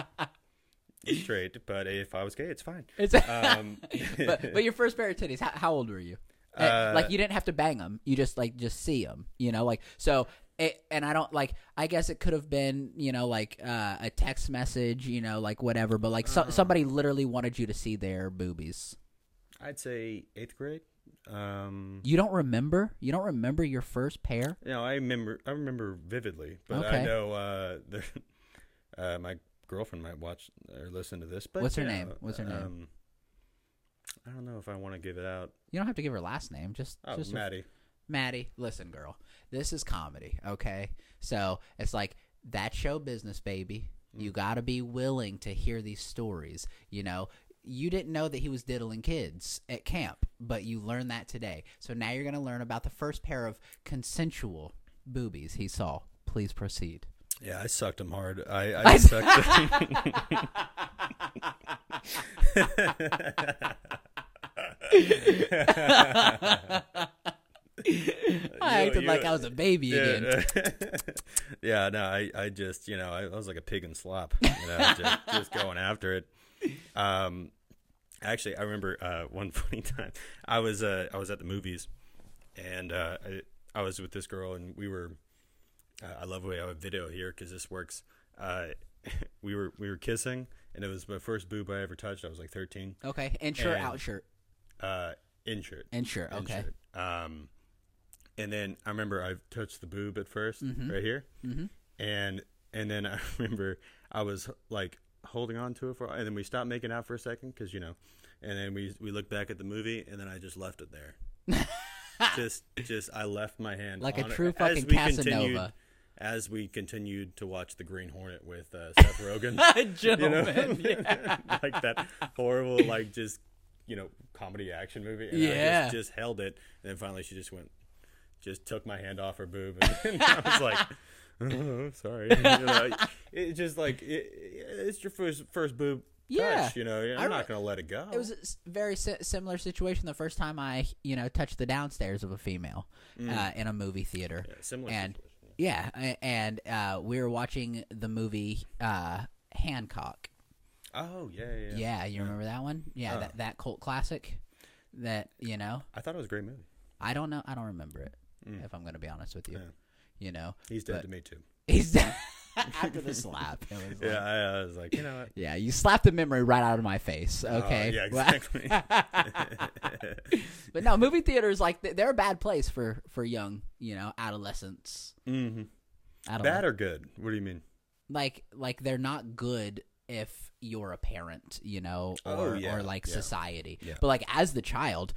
S2: straight, but if I was gay, it's fine.
S1: It's
S2: Um,
S1: (laughs)
S2: (laughs)
S1: but, but your first pair of titties, how, how old were you? Uh,
S2: Uh,
S1: like you didn't have to bang them. You just like just see them, you know, like so it, and I don't like I guess it could have been, you know, like uh, a text message, you know, like whatever, but like
S2: Uh-huh.
S1: so, somebody literally wanted you to see their boobies.
S2: I'd say eighth grade. Um,
S1: You don't remember? You don't remember your first pair?
S2: you know, I remember I remember vividly, but
S1: Okay.
S2: I know uh, (laughs) the, uh, my girlfriend might watch or listen to this. But
S1: What's her
S2: yeah,
S1: name? What's her name?
S2: Um, I don't know if I want to give it out.
S1: You don't have to give her last name, just
S2: Oh,
S1: just a-
S2: Maddie.
S1: Maddie, listen girl. This is comedy, okay? So, it's like that show business baby. You got to be willing to hear these stories, you know? You didn't know that he was diddling kids at camp, but you learned that today. So now you're going to learn about the first pair of consensual boobies he saw. Please
S2: (laughs)
S1: proceed.
S2: Yeah, I sucked him hard. I,
S1: (laughs)
S2: I sucked.
S1: I acted
S2: you-
S1: like I was a baby again.
S2: yeah, yeah, no, (laughs) I, I just, you know, I, I was like a pig in slop, you know, just, just going after it. Um, actually, I remember uh, one (laughs) funny time. I was uh, I was at the movies, and uh, I, I was with this girl, and we were. Uh, I love the way I have a video here because this works. Uh, (laughs) we were we were kissing, and it was my first boob I ever touched. I was like thirteen.
S1: Okay, in shirt,
S2: And-
S1: out shirt,
S2: Uh, in shirt.
S1: in shirt.
S2: and (laughs)
S1: Okay,
S2: shit. Um, and then I remember I touched the boob at 1st right here, mm-hmm. and and then I (laughs) remember I was like holding on to it for, and then we stopped making out for a second because you know, and then we we looked back at the movie, and then I just left it there.
S1: (laughs)
S2: just just I left my hand
S1: Like a
S2: on it.
S1: true
S2: As
S1: fucking
S2: we continued-
S1: Casanova.
S2: As we continued to watch The Green Hornet with uh, Seth Rogen, (laughs)
S1: (laughs)
S2: you know, (laughs) like that horrible, like just you know, comedy action movie. And I
S1: Yeah.
S2: just, just held it, and then finally she just went, just took my hand off her boob, (laughs) and I was like, oh, sorry. (laughs) You know, it's just like it, it's your first first boob.
S1: Yeah.
S2: touch, you know, I'm
S1: I
S2: not
S1: re-
S2: gonna let it go.
S1: it was a s- very si- similar situation the first time I, you know, touched the downstairs of a female uh, in a movie theater.
S2: Mm. Yeah, similar
S1: and
S2: situation.
S1: yeah, a- and uh, we were watching the movie uh, Hancock.
S2: Oh yeah, yeah, Uh. yeah.
S1: Yeah, you remember that one? Yeah, that, that cult classic. That you know,
S2: I thought it was a great movie.
S1: I don't know, I don't remember it. If I'm going to be honest with you,
S2: Mm. Yeah.
S1: you know,
S2: He's dead
S1: But-
S2: to me too.
S1: he's (laughs) after the slap. It was
S2: Yeah,
S1: like,
S2: I, I was like, you know what?
S1: yeah, you slapped the memory right out of my face.
S2: Oh,
S1: Okay,
S2: yeah,
S1: (laughs) Well,
S2: exactly. (laughs)
S1: But no, movie theaters like th- they're a bad place for for young, you know, adolescents.
S2: hmm Bad
S1: Adolescent.
S2: or good? What do you mean?
S1: Like like they're not good if you're a parent, you know, or
S2: Oh, yeah,
S1: or like
S2: yeah.
S1: society.
S2: Yeah.
S1: But like as the child,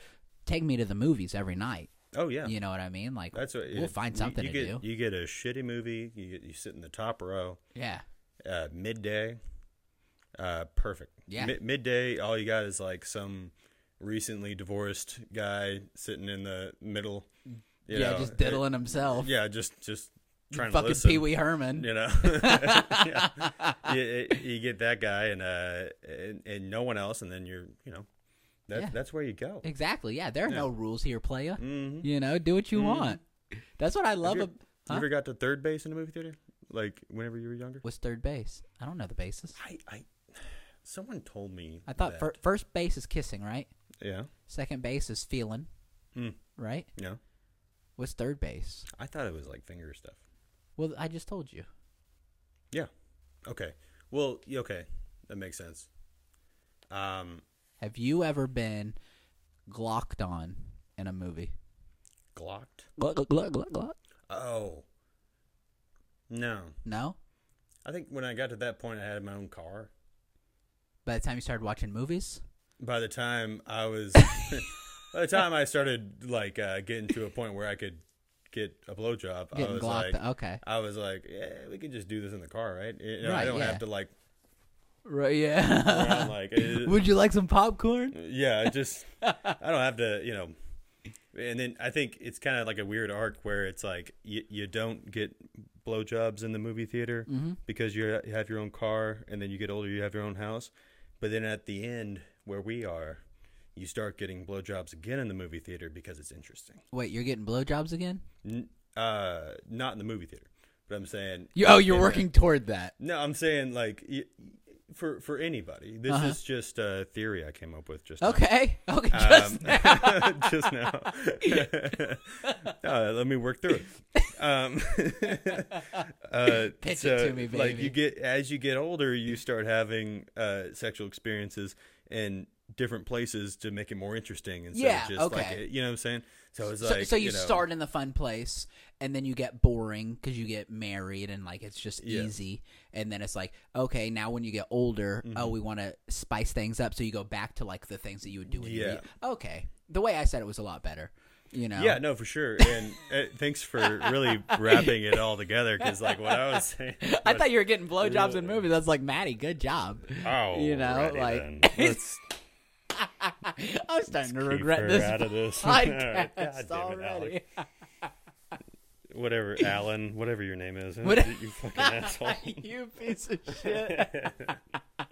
S1: take me to the movies every night.
S2: Oh yeah,
S1: You know what I mean? Like
S2: That's what
S1: we'll
S2: it-
S1: find
S2: you-
S1: something
S2: you,
S1: to
S2: get,
S1: do.
S2: You get a shitty movie. You get, you sit in the top row,
S1: Yeah.
S2: uh, midday. Uh, perfect.
S1: Yeah.
S2: Mi- midday. All you got is like some recently divorced guy sitting in the middle. you
S1: yeah,
S2: know. uh, (laughs)
S1: just diddling himself.
S2: Yeah, just just trying to
S1: Fucking
S2: listen.
S1: Pee Wee Herman. (laughs)
S2: You know, (laughs) yeah. you, you get that guy and uh and, and no one else, and then you're you know, that
S1: Yeah.
S2: that's where you go.
S1: Exactly. Yeah, there are no rules here, playa.
S2: Mm-hmm.
S1: You know, do what you want. That's what I love.
S2: you-
S1: ab-
S2: You
S1: Huh?
S2: ever got to third base in a movie theater? Like whenever you were younger?
S1: was third base. I don't know the bases.
S2: I, I someone told me.
S1: I thought
S2: that.
S1: fir- first base is kissing, right?
S2: yeah,
S1: Second base is feeling,
S2: Mm.
S1: right?
S2: yeah.
S1: What's third base?
S2: I thought it was like finger stuff.
S1: Well, I just told you.
S2: Yeah. Okay. Well, y- okay, that makes sense. Um,
S1: Have you ever been glocked on in a movie?
S2: Glocked?
S1: Gluck, gluck, gluck, gluck, gluck.
S2: Oh. No.
S1: No.
S2: I think when I got to that point, I had my own car.
S1: By the time you started watching movies,
S2: By the time I was, (laughs) by the time I started like uh, getting to a point where I could get a blowjob, I
S1: getting
S2: was
S1: glocked.
S2: like,
S1: okay.
S2: I was like, yeah, we can just do this in the car, right? You know,
S1: Right,
S2: I don't
S1: yeah.
S2: have
S1: (laughs)
S2: to like,
S1: Right. Yeah.
S2: (laughs) around, like it-
S1: Would you like some popcorn?
S2: yeah, I just I don't have to, you know. And then I think it's kind of like a weird arc where it's like you, you don't get blowjobs in the movie theater because you're, you have your own car, and then you get older, you have your own house. But then at the end, where we are, you start getting blowjobs again in the movie theater because it's interesting.
S1: Wait, you're getting blowjobs again?
S2: N- uh, not in the movie theater, but I'm saying
S1: You, oh, you're
S2: in the-
S1: working toward that.
S2: no, I'm saying like y- for for anybody, this is just a theory I came up with just now.
S1: Okay. Okay. Just
S2: Um, (laughs) just now. Uh, let me work through it. Um, (laughs) uh,
S1: Pitch
S2: so,
S1: it to me,
S2: Like
S1: baby.
S2: you get as you get older, you start having uh, sexual experiences in different places to make it more interesting instead
S1: Yeah,
S2: of just like
S1: okay.
S2: it- you know what I'm saying. So it's
S1: so,
S2: like
S1: so you,
S2: know,
S1: start in the fun place and then you get boring because you get married and like it's just
S2: Yeah.
S1: easy and then it's like okay now when you get older
S2: Mm-hmm.
S1: oh we want to spice things up so you go back to like the things that you would do when you
S2: Yeah.
S1: were- okay the way i said it was a lot better you know
S2: Yeah, no, for sure. And uh, thanks for really wrapping it all together because like what I was saying.
S1: (laughs) i thought you were getting blowjobs in movies that's like maddie good job
S2: Oh,
S1: you know, like- (laughs)
S2: let's
S1: i'm starting to
S2: keep
S1: regret
S2: her out
S1: this
S2: of
S1: (laughs)
S2: this.
S1: podcast
S2: (laughs) God damn it, Alex.
S1: already (laughs)
S2: whatever Alan, whatever your name is,
S1: What-
S2: you
S1: (laughs)
S2: fucking asshole.
S1: you piece
S2: (laughs)
S1: of shit (laughs)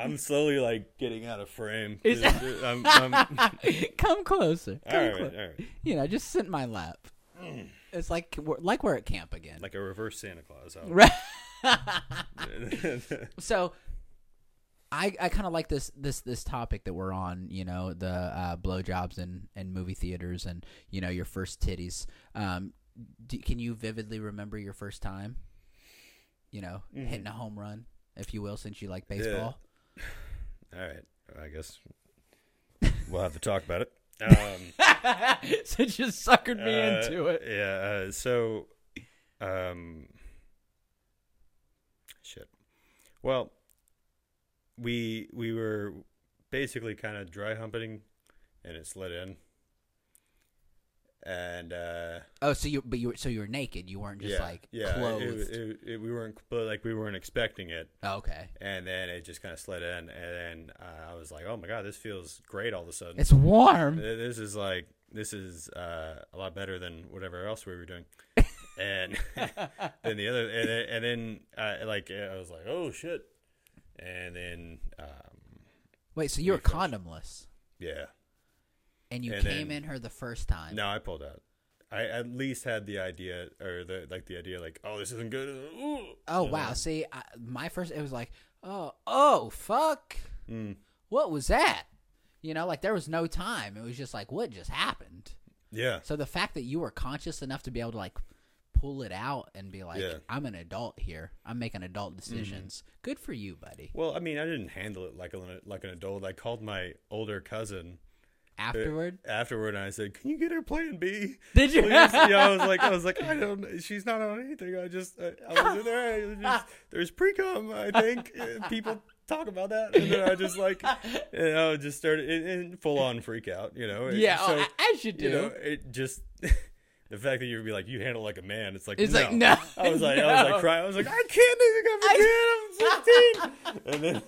S2: I'm slowly like getting out of frame.
S1: Is-
S2: Just- uh, I'm- I'm-
S1: (laughs) come closer come
S2: all right, all
S1: closer
S2: right,
S1: you know just sit in my lap it's like we're, like we're at camp again
S2: Mm. like a reverse Santa Claus. I (laughs)
S1: Right.
S2: was-
S1: so I I kind of like this this this topic that we're on. You know, the uh, blowjobs and and movie theaters, and you know your first titties. Um, do, can you vividly remember your first time? You know,
S2: Mm-hmm.
S1: hitting a home run, if you will, since you like baseball. (laughs)
S2: all right, I guess we'll have to talk about it. Um,
S1: since you suckered me
S2: uh,
S1: into it.
S2: Yeah. Uh, so, um, shit. Well, we we were basically kind of dry humping, and it slid in. And uh,
S1: Oh, so you but you were so you were naked. You weren't just
S2: yeah,
S1: like
S2: yeah, it- it-
S1: clothed.
S2: it- it- we weren't but like we weren't expecting it,
S1: Oh, okay,
S2: and then it just kind of slid in, and then uh, I was like, oh my god, this feels great all of a sudden.
S1: it's warm.
S2: Th- this is like this is uh, a lot better than whatever else we were doing and (laughs) then the other and, then- and then uh, like i was like oh shit and then um,
S1: Wait, so you were
S2: refresh.
S1: condomless,
S2: yeah
S1: and you
S2: And
S1: came
S2: then-
S1: in her the first time.
S2: no i pulled out i at least had the idea or the like the idea like oh this isn't good Ooh.
S1: Oh wow! See, I, my first it was like, oh, oh, fuck,
S2: Hmm.
S1: what was that? You know, like there was no time. It was just like, what just happened?
S2: yeah
S1: So the fact that you were conscious enough to be able to like pull it out and be like,
S2: Yeah. Hmm.
S1: I'm an adult here. I'm making adult decisions. Good for you, buddy.
S2: well i mean i didn't handle it like an like an adult i called my older cousin Uh,
S1: Afterward,
S2: afterward and i said can you get her plan b
S1: did you?
S2: Please, you know, I was like, I was like, I don't. She's not on anything. I just, I, I was in there. I was just, there's pre-com. I
S1: (laughs)
S2: think uh, people talk about that, and then I just like, you know, just started in, in full on freak out. You know,
S1: (laughs) yeah,
S2: So,
S1: oh, I, I should do.
S2: you know, it just (laughs) the fact that you would be like, you handle like a man. It's like,
S1: It's
S2: no.
S1: like, no,
S2: (laughs) I was like, I was
S1: no.
S2: like crying. I was like, I can't do this. I'm
S1: (laughs)
S2: 16. and then.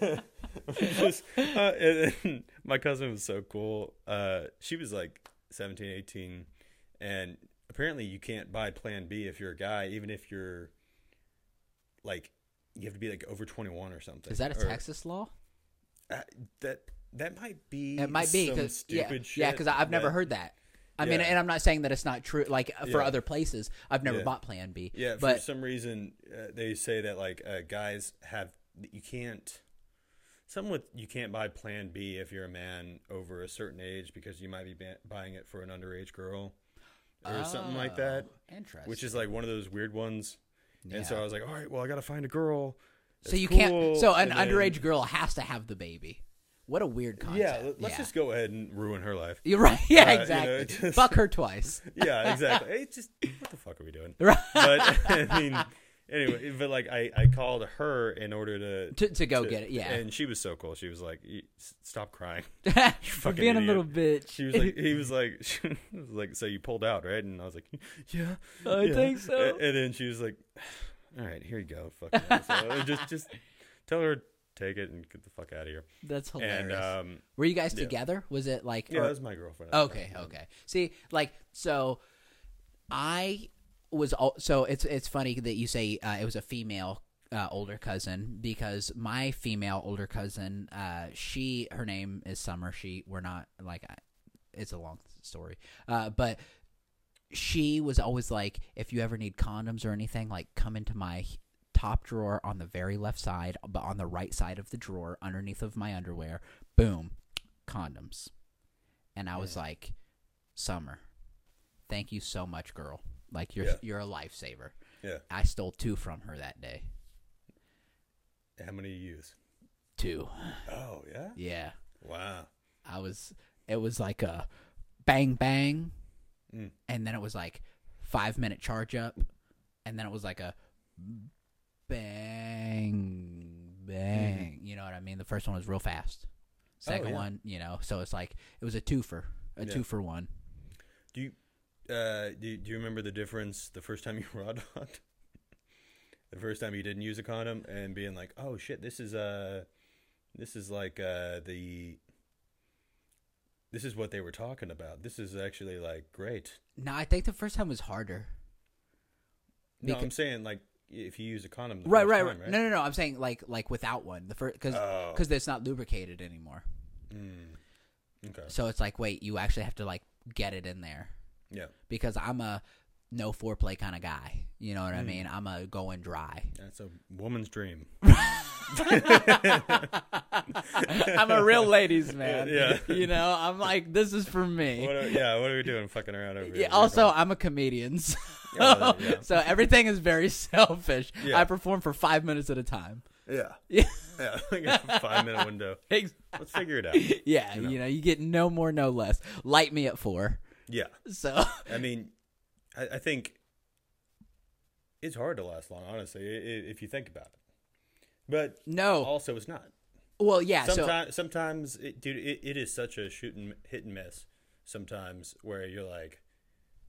S2: (laughs) just, uh, and then (laughs) my cousin was so cool. Uh, she was like 17, 18, and apparently you can't buy Plan B if you're a guy, even if you're like you have to be like over 21 or something.
S1: Is that a
S2: Or-
S1: Texas law?
S2: uh, that that might be.
S1: It might be
S2: some
S1: because yeah,
S2: stupid
S1: yeah,
S2: shit
S1: because I've never
S2: that-
S1: heard that. I mean,
S2: Yeah.
S1: and I'm not saying that it's not true. Like uh, for
S2: Yeah.
S1: other places, I've never
S2: Yeah.
S1: bought Plan B.
S2: Yeah, for
S1: but
S2: some reason uh, they say that like uh, guys have you can't. Some with you can't buy Plan B if you're a man over a certain age because you might be ba- buying it for an underage girl or something like that,
S1: Oh, Interesting.
S2: which is like one of those weird ones. And so
S1: Yeah.
S2: I was like, all right, well I gotta find a girl.
S1: so
S2: that's
S1: you
S2: cool,"
S1: can't. So an
S2: and then-
S1: underage girl has to have the baby, What a weird concept.
S2: Yeah, let's just go ahead and ruin her life.
S1: (laughs) You're right. Yeah,
S2: Uh, you know,
S1: exactly.
S2: it just-
S1: Fuck her
S2: (laughs)
S1: twice. (laughs)
S2: yeah, exactly. It's just what the fuck are we doing?
S1: Right.
S2: But (laughs) I mean, anyway, but like I, I called her in order to
S1: To- to go get it, yeah.
S2: And she was so cool. She was like, "You- s- "Stop crying."
S1: For being a
S2: idiot.
S1: little bitch.
S2: She was like, he was like, (laughs) she was like, so you pulled out, right? And I was like, yeah,
S1: I
S2: yeah."
S1: think so.
S2: A- And then she was like, all right, here you go. Fuck
S1: (laughs)
S2: it." so uh, just, just tell her take it and get the fuck out of here.
S1: That's hilarious.
S2: And um,
S1: Were you guys
S2: yeah.
S1: together? Was it like
S2: yeah,
S1: or-
S2: that was my girlfriend. at the
S1: Okay,
S2: time.
S1: okay. See, like so I was all, so it's it's funny that you say uh, it was a female uh, older cousin because my female older cousin uh she her name is Summer. She we're not like I, it's a long story. Uh but she was always like if you ever need condoms or anything like come into my top drawer on the very left side but on the right side of the drawer underneath of my underwear boom condoms and I was like, Summer, thank you so much, girl. Like you're
S2: Yeah.
S1: you're a lifesaver.
S2: Yeah.
S1: I stole two from her that day.
S2: How many you use?
S1: Two.
S2: Oh yeah.
S1: Yeah.
S2: Wow.
S1: I was it was like a bang bang
S2: Mm.
S1: and then it was like five minute charge up and then it was like a bang bang. You know what I mean? The first one was real fast. Second
S2: Mm-hmm. Oh, yeah.
S1: one, you know, so it's like it was a twofer. A
S2: Yeah.
S1: two for one.
S2: Do you uh do you, do you remember the difference the first time you (laughs) raw dogged? the first time you didn't use a condom and being like, "Oh shit, this is uh this is like uh the this is what they were talking about. This is actually like great."
S1: No, I think the first time was harder.
S2: No,
S1: Beca-
S2: I'm saying like if you use a condom the
S1: right,
S2: first
S1: right,
S2: time,
S1: right. No, no, no. I'm saying like like without one. The first because
S2: Oh.
S1: because it's not lubricated anymore.
S2: Mm. Okay.
S1: So it's like wait, you actually have to like get it in there
S2: Yeah.
S1: because I'm a no foreplay kind of guy. You know what
S2: Hmm.
S1: I mean? I'm a going
S2: (laughs)
S1: dry.
S2: That's a woman's dream.
S1: I'm a real ladies man.
S2: Yeah.
S1: (laughs) You know, I'm like this is for me.
S2: What are, yeah, what are we doing fucking around over here?
S1: Yeah, also, I'm a comedian, (laughs) so,
S2: Yeah, yeah.
S1: so everything is very selfish.
S2: Yeah.
S1: I perform for five minutes at a time. (laughs)
S2: Yeah.
S1: Yeah,
S2: Yeah, (laughs) like a 5 minute window.
S1: ex-
S2: Let's figure
S1: (laughs)
S2: it out.
S1: yeah. You know. you get no more, no less. Light me at four.
S2: Yeah.
S1: So (laughs)
S2: I mean, I, I think it's hard to last long, honestly, i- i- if you think about it. But
S1: no,
S2: also, it's not.
S1: well, Oh. yeah. So
S2: Sometimes, sometimes, it, dude, it, it is such a shoot and hit and miss. Sometimes where you're like,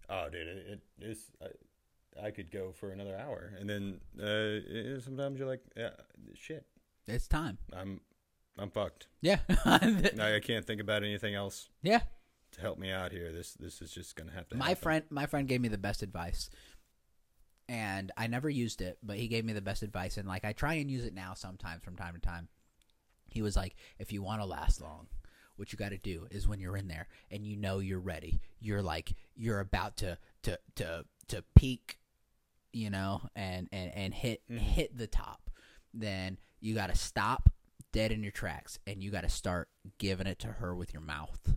S2: oh, dude, it, it is. I, I could go for another hour, and then uh, i- sometimes you're like, yeah, shit,
S1: it's time.
S2: I'm, I'm fucked.
S1: Yeah, (laughs)
S2: I, I can't think about anything else
S1: yeah.
S2: to help me out here. This, this is just gonna have to.
S1: My
S2: happen.
S1: friend, my friend gave me the best advice, and I never used it, but he gave me the best advice, and like I try and use it now sometimes from time to time. He was like, if you want to last long. What you got to do is when you're in there and you know you're ready, you're like you're about to to to to peak you know, and and and hit
S2: Mm-hmm.
S1: hit the top, then you got to stop dead in your tracks and you got to start giving it to her with your mouth.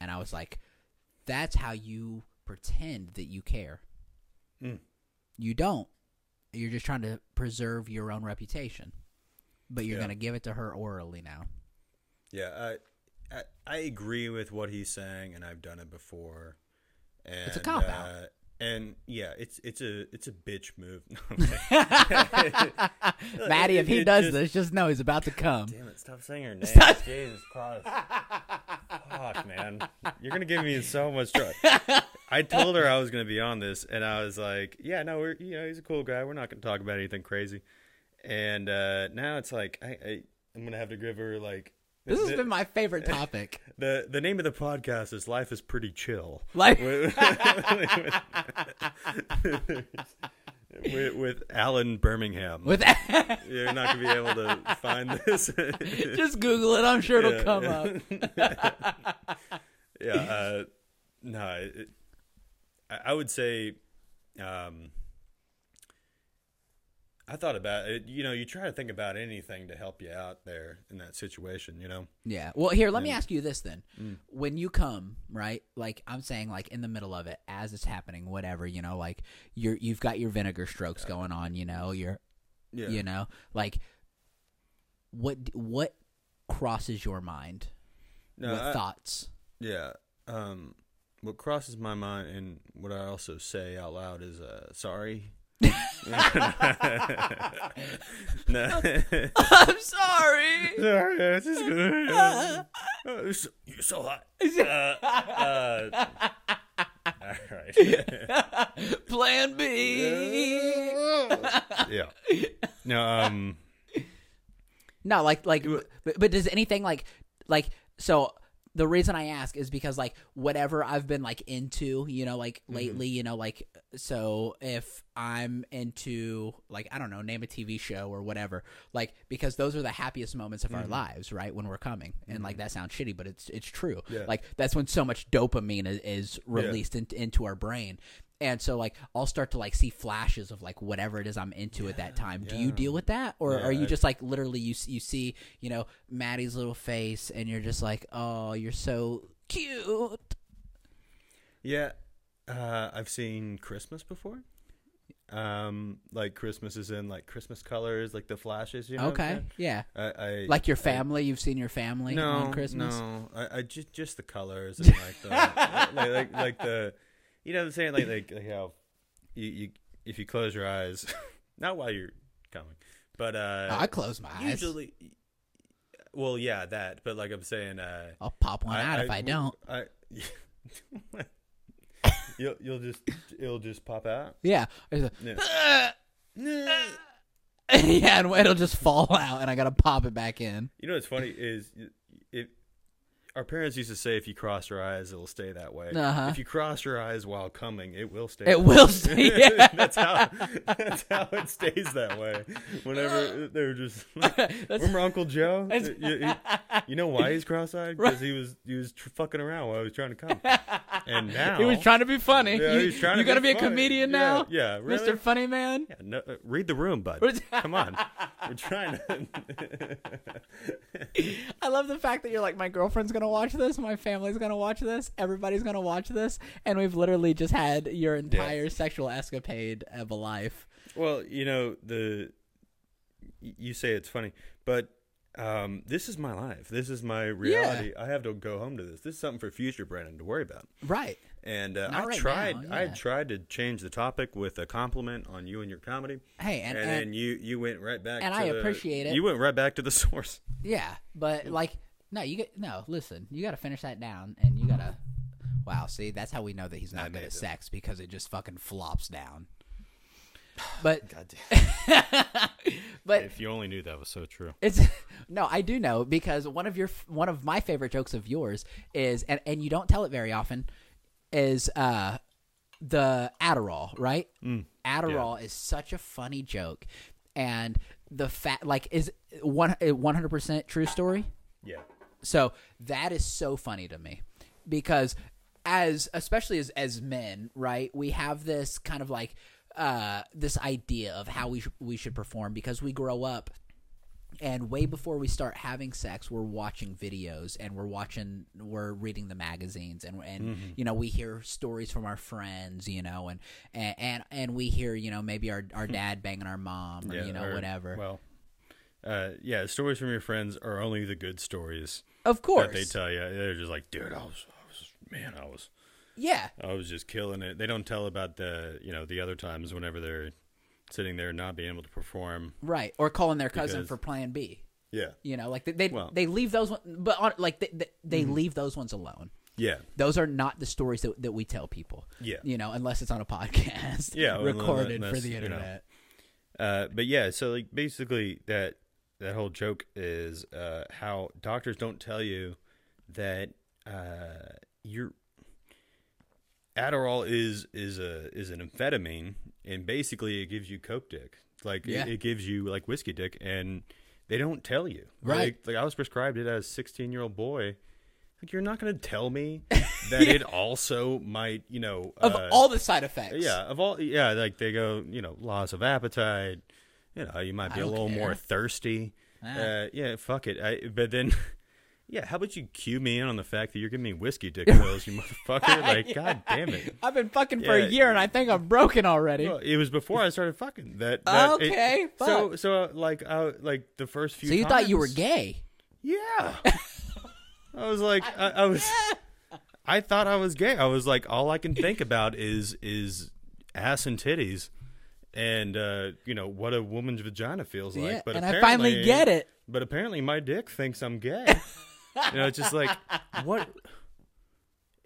S1: And I was like, that's how you pretend that you care.
S2: Mm.
S1: You don't. You're just trying to preserve your own reputation. But you're
S2: Yeah.
S1: going to give it to her orally now.
S2: Yeah, I, I I agree with what he's saying, and I've done it before. And,
S1: a cop-out.
S2: uh, and yeah, it's it's a it's a bitch move. (laughs)
S1: (laughs) Maddie, if he
S2: (laughs) it
S1: does
S2: just-
S1: this, just know he's about to come.
S2: Damn it! Stop saying her name. Jesus
S1: (laughs)
S2: Christ! Fuck, man, you're gonna give me so much trouble. I told her I was gonna be on this, and I was like, "Yeah, no, we're you know he's a cool guy. We're not gonna talk about anything crazy." And uh, now it's like I, I I'm gonna have to give her like
S1: This has
S2: the-
S1: been my
S2: (laughs)
S1: favorite topic.
S2: the the name of the podcast is Life is Pretty Chill.
S1: Like,
S2: with, (laughs) with, with Alan Birmingham.
S1: (laughs) with
S2: (laughs) You're not gonna be able to find this. (laughs)
S1: just Google it. I'm sure it'll
S2: Yeah,
S1: come
S2: yeah.
S1: up.
S2: (laughs) yeah, uh, no, it, I, I would say, um, I thought about it. You know, you try to think about anything to help you out there in that situation. You know,
S1: Yeah. Well, here, let me ask you this then.
S2: Mm.
S1: When you come, right? Like I'm saying like in the middle of it as it's happening, whatever, you know, like you're you've got your vinegar strokes going on, you know, you're
S2: yeah,
S1: you know, like what d- what crosses your mind
S2: No,
S1: with
S2: I-
S1: thoughts?
S2: Yeah. Um, what crosses my mind and what I also say out loud is uh, sorry. no.
S1: (laughs) I'm sorry.
S2: sorry. It's just good. Uh, you're so- you're so hot. Uh, uh, all
S1: (laughs)
S2: right.
S1: Plan B.
S2: yeah. No, um,
S1: No, like like
S2: You-
S1: but, but does anything like like so the reason I ask is because like whatever I've been like into, you know, like
S2: Mm-hmm.
S1: lately, you know, like so if I'm into like I don't know, name a TV show or whatever, like because those are the happiest moments of our
S2: Mm-hmm.
S1: lives, right? When we're coming. And like that sounds shitty, but it's it's true.
S2: Yeah.
S1: Like that's when so much dopamine is, is released in, into our brain. And so like I'll start to like see flashes of like whatever it is I'm into at that time. Do you
S2: yeah.
S1: deal with that or
S2: Yeah,
S1: are you
S2: I-
S1: just just like literally you you see you know Maddie's little face and you're just like oh you're so cute
S2: yeah. Uh, I've seen Christmas before. Um, like Christmas is in like Christmas colors, like the flashes. You know what I'm
S1: okay
S2: saying?
S1: yeah
S2: I, I
S1: like your family you've seen your family
S2: no,
S1: on Christmas
S2: No, I, I just just the colors and like
S1: (laughs)
S2: the like, like like the you know what I'm saying like like, like how you, you if you close your eyes, (laughs) not while you're coming, but uh,
S1: I close my eyes
S2: usually. Well, yeah, that. But like I'm saying, uh,
S1: I'll pop one out if I don't
S2: I (laughs) you'll you'll just it'll just pop out.
S1: yeah It's a-
S2: Yeah.
S1: (laughs) yeah and it'll just fall out and I gotta pop it back in
S2: You know what's funny is if our parents used to say if you cross your eyes it'll stay that way.
S1: Uh-huh.
S2: If you cross your eyes while coming, it will stay.
S1: it
S2: that (laughs)
S1: will (laughs)
S2: way.
S1: stay yeah.
S2: that's how that's how it stays that way.
S1: (gasps)
S2: Whenever
S1: (laughs)
S2: they're just remember Uncle Joe. You, you- you know why he's cross-eyed? Because he was he was tr- fucking around while I was trying to
S1: (laughs)
S2: come. And now
S1: he was trying to be funny
S2: Yeah,
S1: you,
S2: he was trying to
S1: you gonna be,
S2: be
S1: a
S2: funny.
S1: comedian
S2: Yeah,
S1: now
S2: yeah, really?
S1: Mr. Funny Man
S2: Yeah, no, uh, read the room, bud. Come on, we're trying to. (laughs)
S1: I love the fact that you're like, my girlfriend's gonna watch this, my family's gonna watch this, everybody's gonna watch this, and we've literally just had your entire sexual escapade of a life.
S2: Well, you know the. y- You say it's funny, but um, this is my life. This is my reality. I have to go home to this. This is something for future Brandon to worry about.
S1: Right.
S2: And uh,
S1: Not
S2: I
S1: right
S2: tried.
S1: now,
S2: I
S1: yeah.
S2: tried to change the topic with a compliment on you and your comedy.
S1: Hey, and- and-
S2: and, then you you went right back.
S1: and
S2: to
S1: I
S2: the-
S1: appreciate it.
S2: You went right back to the (laughs) source.
S1: Yeah, but like, no, you get no. Listen, you gotta finish that down, and you gotta. Wow, see, that's how we know that he's not good
S2: made
S1: at
S2: it.
S1: sex because it just fucking flops down. (sighs) But, (laughs) but
S2: If you only knew that was so true.
S1: It's (laughs) no, I do know because one of your one of my favorite jokes of yours is, and and you don't tell it very often, is uh the Adderall, right? Adderall is such a funny joke, and the fat like is one one hundred percent true story.
S2: Yeah.
S1: So that is so funny to me because as especially as as men, right? We have this kind of like uh this idea of how we sh- we should perform because we grow up and way before we start having sex we're watching videos and we're watching we're reading the magazines and and
S2: Mm-hmm.
S1: you know we hear stories from our friends you know and and and, and we hear you know maybe our,
S2: (laughs)
S1: our dad banging our mom or
S2: Yeah,
S1: you know
S2: or-
S1: whatever
S2: Well, uh, yeah, stories from your friends are only the good stories
S1: of course
S2: that they tell you. They're just like, dude, I was, I was, man, I was,
S1: yeah
S2: I was just killing it. They don't tell about the, you know, the other times whenever they're sitting there not being able to perform.
S1: right or calling their cousin
S2: Because-
S1: for plan b
S2: Yeah,
S1: You know, like they they,
S2: Well- Mm-hmm.
S1: they leave those one, but on, like they, they, they leave those ones alone.
S2: yeah,
S1: Those are not the stories that, that we tell people.
S2: Yeah.
S1: you know, unless it's on a podcast.
S2: (laughs) Yeah, well,
S1: recorded for
S2: unless,
S1: the
S2: you know.
S1: internet.
S2: uh, but yeah. So like, basically, that that whole joke is uh, how doctors don't tell you that uh, you're Adderall is is a is an amphetamine, and basically it gives you coke dick. Like it-
S1: Yeah.
S2: it, gives you like whiskey dick, and they don't tell you.
S1: Right.
S2: Like, like, I was prescribed it as a sixteen year old boy. Like you're not going to
S1: (laughs)
S2: tell me that it also might you know
S1: Of
S2: uh,
S1: all the side effects.
S2: yeah of all yeah like they go you know loss of appetite. You know you might be a
S1: don't
S2: little
S1: care.
S2: more thirsty. Uh, yeah, fuck it. I, but then. (laughs) Yeah, how about you cue me in on the fact that you're giving me
S1: (laughs)
S2: whiskey dick pills, you motherfucker? Like, god damn it.
S1: I've been fucking for
S2: Yeah.
S1: a year and I think I'm broken already.
S2: Well, it was before I started fucking. That, that it-
S1: Okay,
S2: so
S1: fuck.
S2: so uh, like uh, like the first few.
S1: so you thought you were
S2: times-
S1: gay? (laughs)
S2: yeah. I was like, I, I was, I thought I was gay. I was like, all I can think about is is ass and titties, and uh, you know what a woman's vagina feels like.
S1: Yeah,
S2: but
S1: and I finally
S2: apparently-
S1: get it.
S2: But apparently, my dick thinks
S1: (laughs)
S2: I'm gay. you know, it's just like (laughs) what.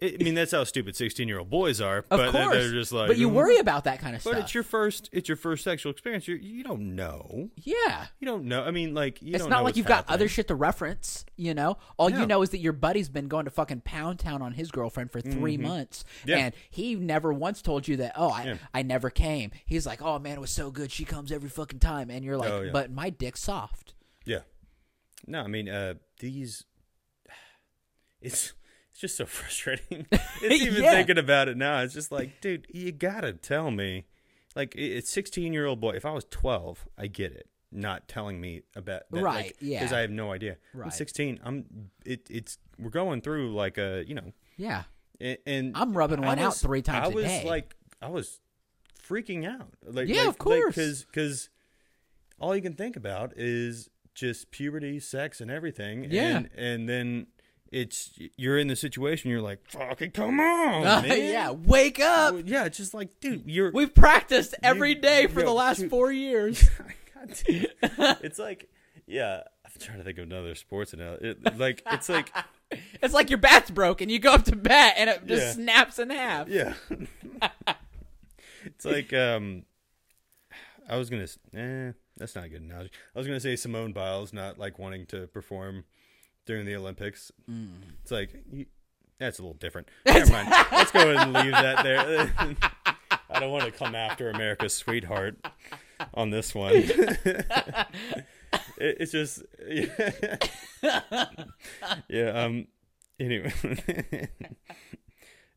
S2: I mean, that's how stupid sixteen-year-old boys are.
S1: Of
S2: but they're-
S1: course.
S2: they're just like.
S1: but you
S2: "Mm,
S1: worry about that kind of
S2: But
S1: stuff.
S2: it's your first. It's your first sexual experience. You you don't know.
S1: yeah.
S2: You don't know. I mean, like you
S1: It's
S2: don't
S1: not
S2: know
S1: like
S2: what's
S1: you've got
S2: happening.
S1: other shit to reference, you know? All
S2: Yeah.
S1: you know is that your buddy's been going to fucking Pound Town on his girlfriend for 3 months.
S2: Mm-hmm. Yeah.
S1: And he never once told you that, oh, I,
S2: Yeah.
S1: I never came. He's like, oh, man, it was so good. She comes every fucking time. And you're like,
S2: Oh, yeah.
S1: but my dick's soft.
S2: Yeah. No, I mean, uh, these. (sighs) It's it's just
S1: (laughs)
S2: so (laughs) frustrating. it's even
S1: Yeah.
S2: thinking about it now. It's just like, dude, you gotta tell me. Like, i- it's sixteen year old boy. If I was twelve, I get it. Not telling me about that,
S1: Right, yeah.
S2: Because I have no idea. I'm
S1: Right.
S2: sixteen. I'm. It, it's we're going through like a you know,
S1: Yeah.
S2: a- and
S1: I'm rubbing
S2: I
S1: one out
S2: was-
S1: three times
S2: I
S1: a
S2: was
S1: day.
S2: like, I was freaking out. Like,
S1: Yeah,
S2: like-
S1: of course.
S2: because because all you can think about is just puberty, sex, and everything.
S1: Yeah.
S2: and, and then it's you're in the situation. You're like,
S1: (laughs)
S2: fucking come on, man.
S1: yeah. Wake up.
S2: Well, yeah. It's just like, dude, you're.
S1: We've practiced every
S2: You-
S1: day for
S2: yo,
S1: the last
S2: dude.
S1: four years.
S2: (laughs) God damn. it's like, yeah. I'm trying to think of another sports analogy. It, like, it's like,
S1: It's like your bat's broken. You go up to bat and it just
S2: Yeah.
S1: snaps in
S2: (laughs)
S1: half.
S2: yeah. it's like, um, I was gonna. s- Eh, that's not a good analogy. I was gonna say Simone Biles not like wanting to perform during the Olympics. It's like you, that's a little different. Never mind. Let's go ahead and leave that there. (laughs) I don't want to come after America's sweetheart on this one. it, it's just (laughs) yeah. yeah. Um. Anyway. (laughs)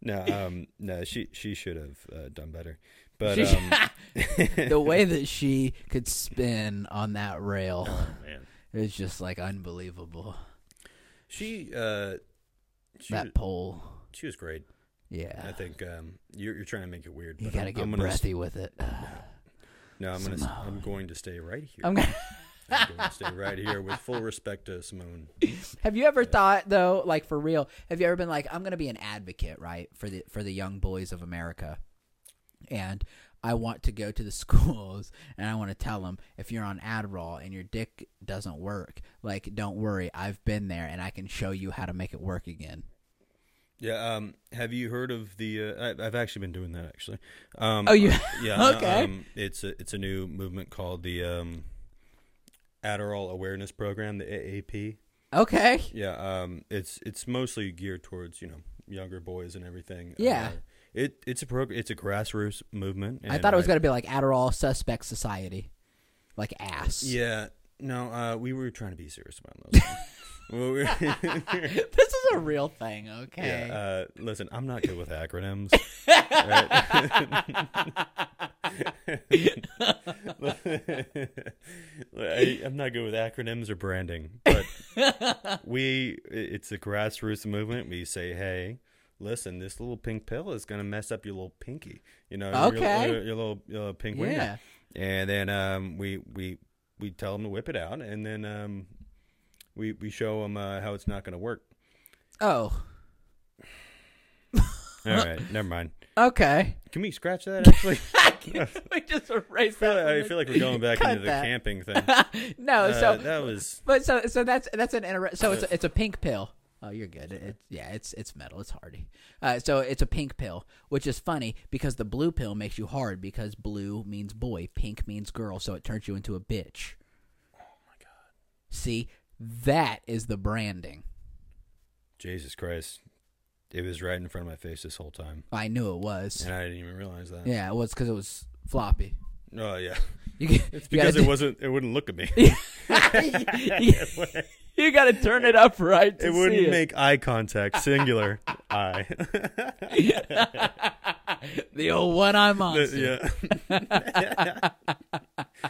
S2: No, um, no, she she should have uh, done better, but
S1: She- (laughs)
S2: um,
S1: the way that she could spin on that rail
S2: man.
S1: is just like unbelievable.
S2: She uh she,
S1: that pole.
S2: she was great. I
S1: Yeah.
S2: think um you're you're trying to make it weird,
S1: You
S2: but
S1: gotta
S2: I'm,
S1: get
S2: I'm gonna
S1: breathy with it.
S2: no, I'm gonna I'm going to stay right
S1: (sighs)
S2: here.
S1: I'm gonna, (laughs)
S2: I'm going to stay right here with full respect to Simone.
S1: have you ever thought though, like for real, have you ever been like, I'm gonna be an advocate, right, for the for the young boys of America, and I want to go to the (laughs) schools and I want to tell them if you're on Adderall and your dick doesn't work, like don't worry, I've been there and I can show you how to make it work again.
S2: Yeah. Um. Have you heard of the? Uh, I, I've actually been doing that actually. Um,
S1: Oh, you-
S2: (laughs) Yeah.
S1: Okay.
S2: Um, it's a it's a new movement called the um, Adderall Awareness Program, the AAP.
S1: (laughs) Okay.
S2: Yeah, um, it's it's mostly geared towards you know younger boys and everything.
S1: Yeah.
S2: Uh, it it's a prog- it's a grassroots movement.
S1: I
S2: and
S1: thought it was gonna be like Adderall Suspect Society, like ass.
S2: Yeah, no, uh, we were trying to be serious about those. Well, we're-
S1: (laughs) this is a real thing. Okay.
S2: yeah, uh, listen, I'm not good
S1: (laughs)
S2: with acronyms. right? I, (laughs) I'm not good with acronyms or branding, but we it's a grassroots movement. We say, hey, listen, this little pink pill is gonna mess up your little pinky, you know, your-
S1: Okay.
S2: your, your, little your little pink wiener.
S1: Yeah.
S2: And then um, we we we tell them to whip it out, and then um, we we show them uh, how it's not gonna work.
S1: oh.
S2: All right, never mind.
S1: (laughs) Okay.
S2: Can we scratch that?
S1: (laughs)
S2: Actually,
S1: we just erase
S2: I feel,
S1: that.
S2: like, I feel like we're going back
S1: Cut
S2: into
S1: (laughs)
S2: the
S1: that.
S2: camping thing.
S1: no.
S2: Uh,
S1: so,
S2: that was
S1: but so so that's that's an inter- so it's it's a pink pill. Oh, you're good. It's yeah, it's it's metal. It's hardy. Uh, so it's a pink pill, which is funny because the blue pill makes you hard because blue means boy, pink means girl, so it turns you into a bitch. Oh my god. See, that is the branding.
S2: Jesus Christ. It was right in front of my face this whole time,
S1: I knew it was.
S2: and I didn't even realize that.
S1: Yeah, it was because it was floppy. (laughs)
S2: Oh yeah,
S1: You, g- you gotta
S2: (laughs) because
S1: do-
S2: it wasn't. It wouldn't look at
S1: (laughs)
S2: me.
S1: you got to turn it up right. To
S2: It
S1: see
S2: wouldn't
S1: it.
S2: make eye
S1: (laughs)
S2: contact. Singular eye. (laughs)
S1: the old one eye monster.
S2: yeah.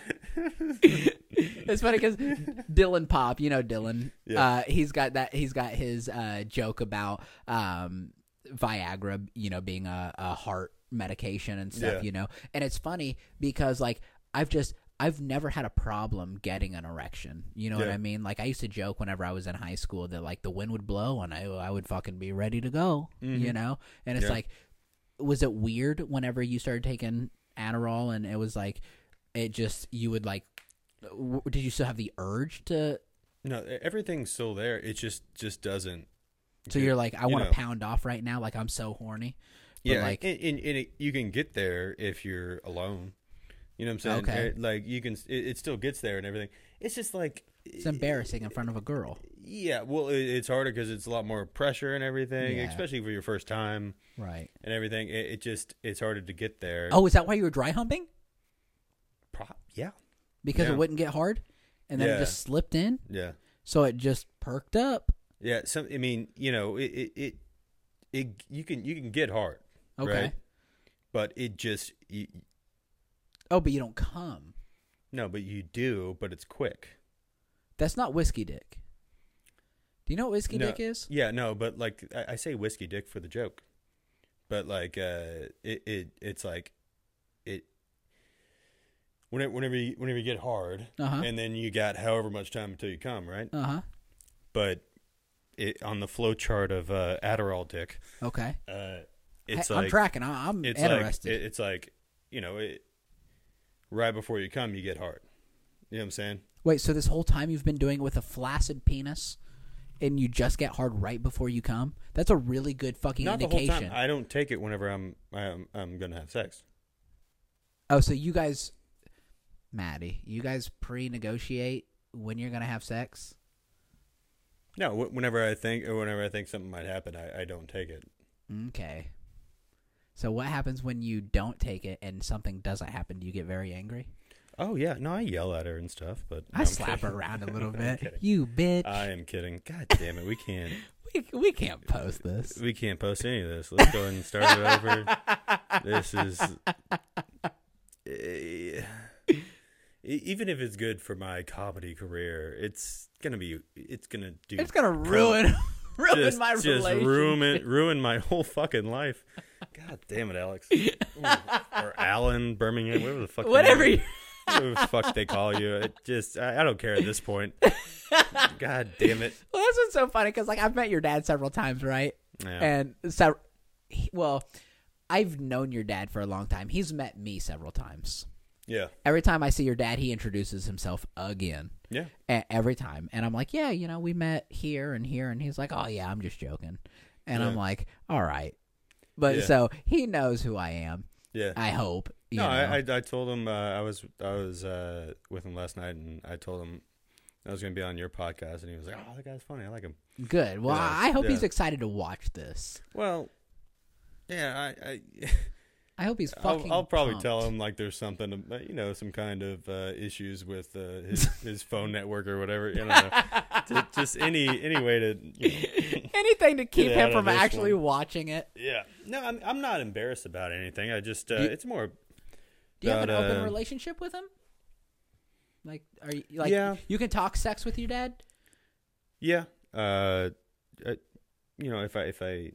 S2: (laughs)
S1: It's funny because Dylan Pop, you know Dylan,
S2: Yeah.
S1: uh, he's got that. He's got his uh, joke about um, Viagra, you know, being a, a heart medication and stuff.
S2: Yeah.
S1: You know, and it's funny because like I've just I've never had a problem getting an erection. You know what
S2: Yeah.
S1: I mean? Like I used to joke whenever I was in high school that like the wind would blow and I I would fucking be ready to go. You know? And it's
S2: Mm-hmm. Yeah.
S1: like was it weird whenever you started taking Adderall and it was like it just you would like w- did you still have the urge to
S2: No, e- everything's still there. It just just doesn't.
S1: so
S2: get-
S1: you're like I
S2: you
S1: want to
S2: know.
S1: pound off right now like I'm so horny. But
S2: yeah,
S1: like
S2: and, and, and it, you can get there if you're alone. You know what I'm saying?
S1: Okay.
S2: Eh, Like you can, it, it still gets there and everything. It's just like
S1: it's embarrassing in front of a girl.
S2: Yeah, well, it, it's harder because it's a lot more pressure and everything,
S1: Yeah.
S2: especially for your first time
S1: Right.
S2: and everything. It, it just it's harder to get there.
S1: Oh, is that why you were dry humping?
S2: Pro- yeah,
S1: Because it
S2: Yeah.
S1: wouldn't get hard and then it
S2: Yeah.
S1: just slipped in.
S2: yeah,
S1: So it just perked up.
S2: yeah. Some, I mean, you know, it it, it it you can you can get hard,
S1: Okay.
S2: right? But it just you,
S1: Oh, but you don't come.
S2: no, but you do, but it's quick.
S1: That's not whiskey dick. Do you know what whiskey
S2: No,
S1: dick is?
S2: Yeah, no, but like I, I say whiskey dick for the joke. But like uh it, it it's like it whenever whenever you whenever you get hard
S1: Uh-huh.
S2: and then you got however much time until you come, right?
S1: Uh huh.
S2: But it on the flow chart of uh Adderall dick,
S1: Okay.
S2: uh it's
S1: Hey,
S2: like
S1: I'm tracking. I, I'm
S2: it's
S1: interested.
S2: like it, it's like, you know, it right before you come you get hard. You know what I'm saying?
S1: Wait, so this whole time you've been doing it with a flaccid penis and you just get hard right before you come? That's a really good fucking
S2: Not the whole
S1: indication.
S2: time. I don't take it whenever I'm I'm I'm gonna have sex.
S1: oh, so you guys, Maddie, you guys pre negotiate when you're going to have sex?
S2: No, wh- whenever I think or whenever I think something might happen, I, I don't take it.
S1: Okay. So what happens when you don't take it and something doesn't happen? Do you get very angry?
S2: Oh yeah, no, I yell at her and stuff, but
S1: I slap her around a
S2: (laughs)
S1: little bit. You bitch.
S2: I am kidding. God damn it, we can't
S1: we, we can't post this.
S2: we can't post any of this. Let's go ahead and start it over. This is Eh, e- even if it's good for my comedy career, it's gonna be it's gonna do
S1: It's gonna ruin (laughs) ruin
S2: just,
S1: my
S2: just
S1: relationship.
S2: ruin it- ruin my whole fucking life. God damn
S1: (laughs)
S2: it, Alex or Alan Birmingham, whatever the fuck, your
S1: Whatever.
S2: name
S1: You,
S2: whatever the fuck they call you. It just I, I don't care at this
S1: (laughs)
S2: point. God damn it.
S1: well, that's what's so funny because like I've met your dad several times, right?
S2: Yeah.
S1: And so, he- well, I've known your dad for a long time. He's met me several times.
S2: yeah.
S1: Every time I see your dad, he introduces himself again.
S2: Yeah.
S1: e- every time. And I'm like, yeah, you know, we met here and here. And he's like, oh, yeah, I'm just joking. And I'm
S2: Yeah.
S1: like, all right. But
S2: Yeah.
S1: so he knows who I am,
S2: Yeah.
S1: I hope. You
S2: no,
S1: know.
S2: I, I I told him uh, I was I was uh, with him last night and I told him I was gonna be on your podcast and he was like, Oh, that guy's funny, I like him.
S1: Good. Well,
S2: Yeah,
S1: I hope he's
S2: yeah.
S1: excited to watch this.
S2: Well yeah, I, I
S1: I hope he's
S2: I'll,
S1: fucking.
S2: I'll probably
S1: pumped.
S2: tell him like there's something, uh, you know, some kind of uh, issues with uh,
S1: (laughs)
S2: his his phone network or whatever. You know, just, just any any way to you know,
S1: (laughs) anything to keep
S2: out
S1: him
S2: of
S1: from
S2: this
S1: actually
S2: one.
S1: watching it.
S2: Yeah. No, I'm I'm not embarrassed about anything. I just uh,
S1: you-
S2: it's more
S1: Do you have an
S2: But,
S1: open
S2: uh,
S1: relationship with him? Like, are you like?
S2: Yeah.
S1: You can talk sex with your dad.
S2: yeah. Uh, I, you know, if I if I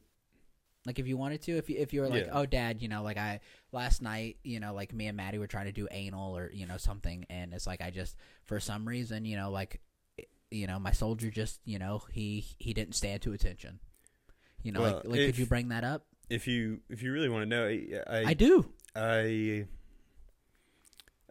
S1: Like if you wanted to, if you if you were like,
S2: Yeah.
S1: oh dad, you know, like I last night, you know, like me and Maddie were trying to do anal or you know something, and it's like I just for some reason, you know, like it- you know my soldier just you know he he didn't stand to attention. You know,
S2: Well,
S1: like, like could
S2: if-
S1: you bring that up?
S2: if you if you really want to know, I
S1: I do.
S2: I,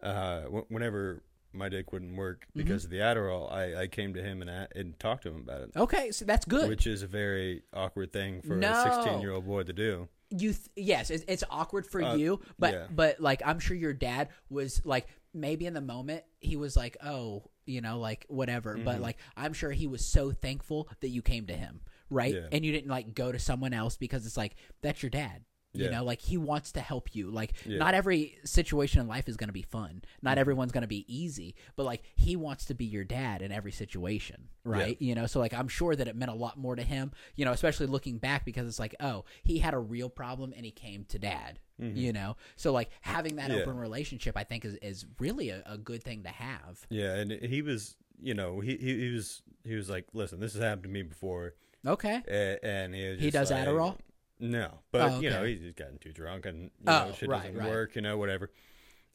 S2: uh, w- whenever my dick wouldn't work
S1: Mm-hmm.
S2: because of the Adderall, I, I came to him and a and talked to him about it,
S1: Okay, so that's good.
S2: which is a very awkward thing for
S1: No.
S2: a 16 year old boy to do.
S1: you th- yes it's, it's awkward for
S2: Uh,
S1: you but
S2: yeah.
S1: but like i'm sure your dad was like maybe in the moment he was like oh you know like whatever but
S2: Mm-hmm.
S1: like i'm sure he was so thankful that you came to him right
S2: Yeah.
S1: and you didn't like go to someone else because it's like that's your dad you
S2: Yeah.
S1: know like he wants to help you like
S2: Yeah. Mm-hmm.
S1: not every situation in life is going to be fun not everyone's going to be easy but like he wants to be your dad in every situation right you know so like i'm sure that it meant a lot more to him you know especially looking back because it's like oh he had a real problem and he came to dad you know so like having that
S2: Mm-hmm. Yeah.
S1: open relationship i think is, is really a, a good thing to have
S2: Yeah, and he was, you know, he, he, he was he was like, listen, this has happened to me before,
S1: okay
S2: a- and he was
S1: he
S2: just
S1: does
S2: like-
S1: adderall
S2: No, but
S1: Oh,
S2: you know
S1: okay.
S2: he's just gotten too drunk and you
S1: Oh,
S2: know, shit
S1: right,
S2: doesn't
S1: right.
S2: work, you know whatever.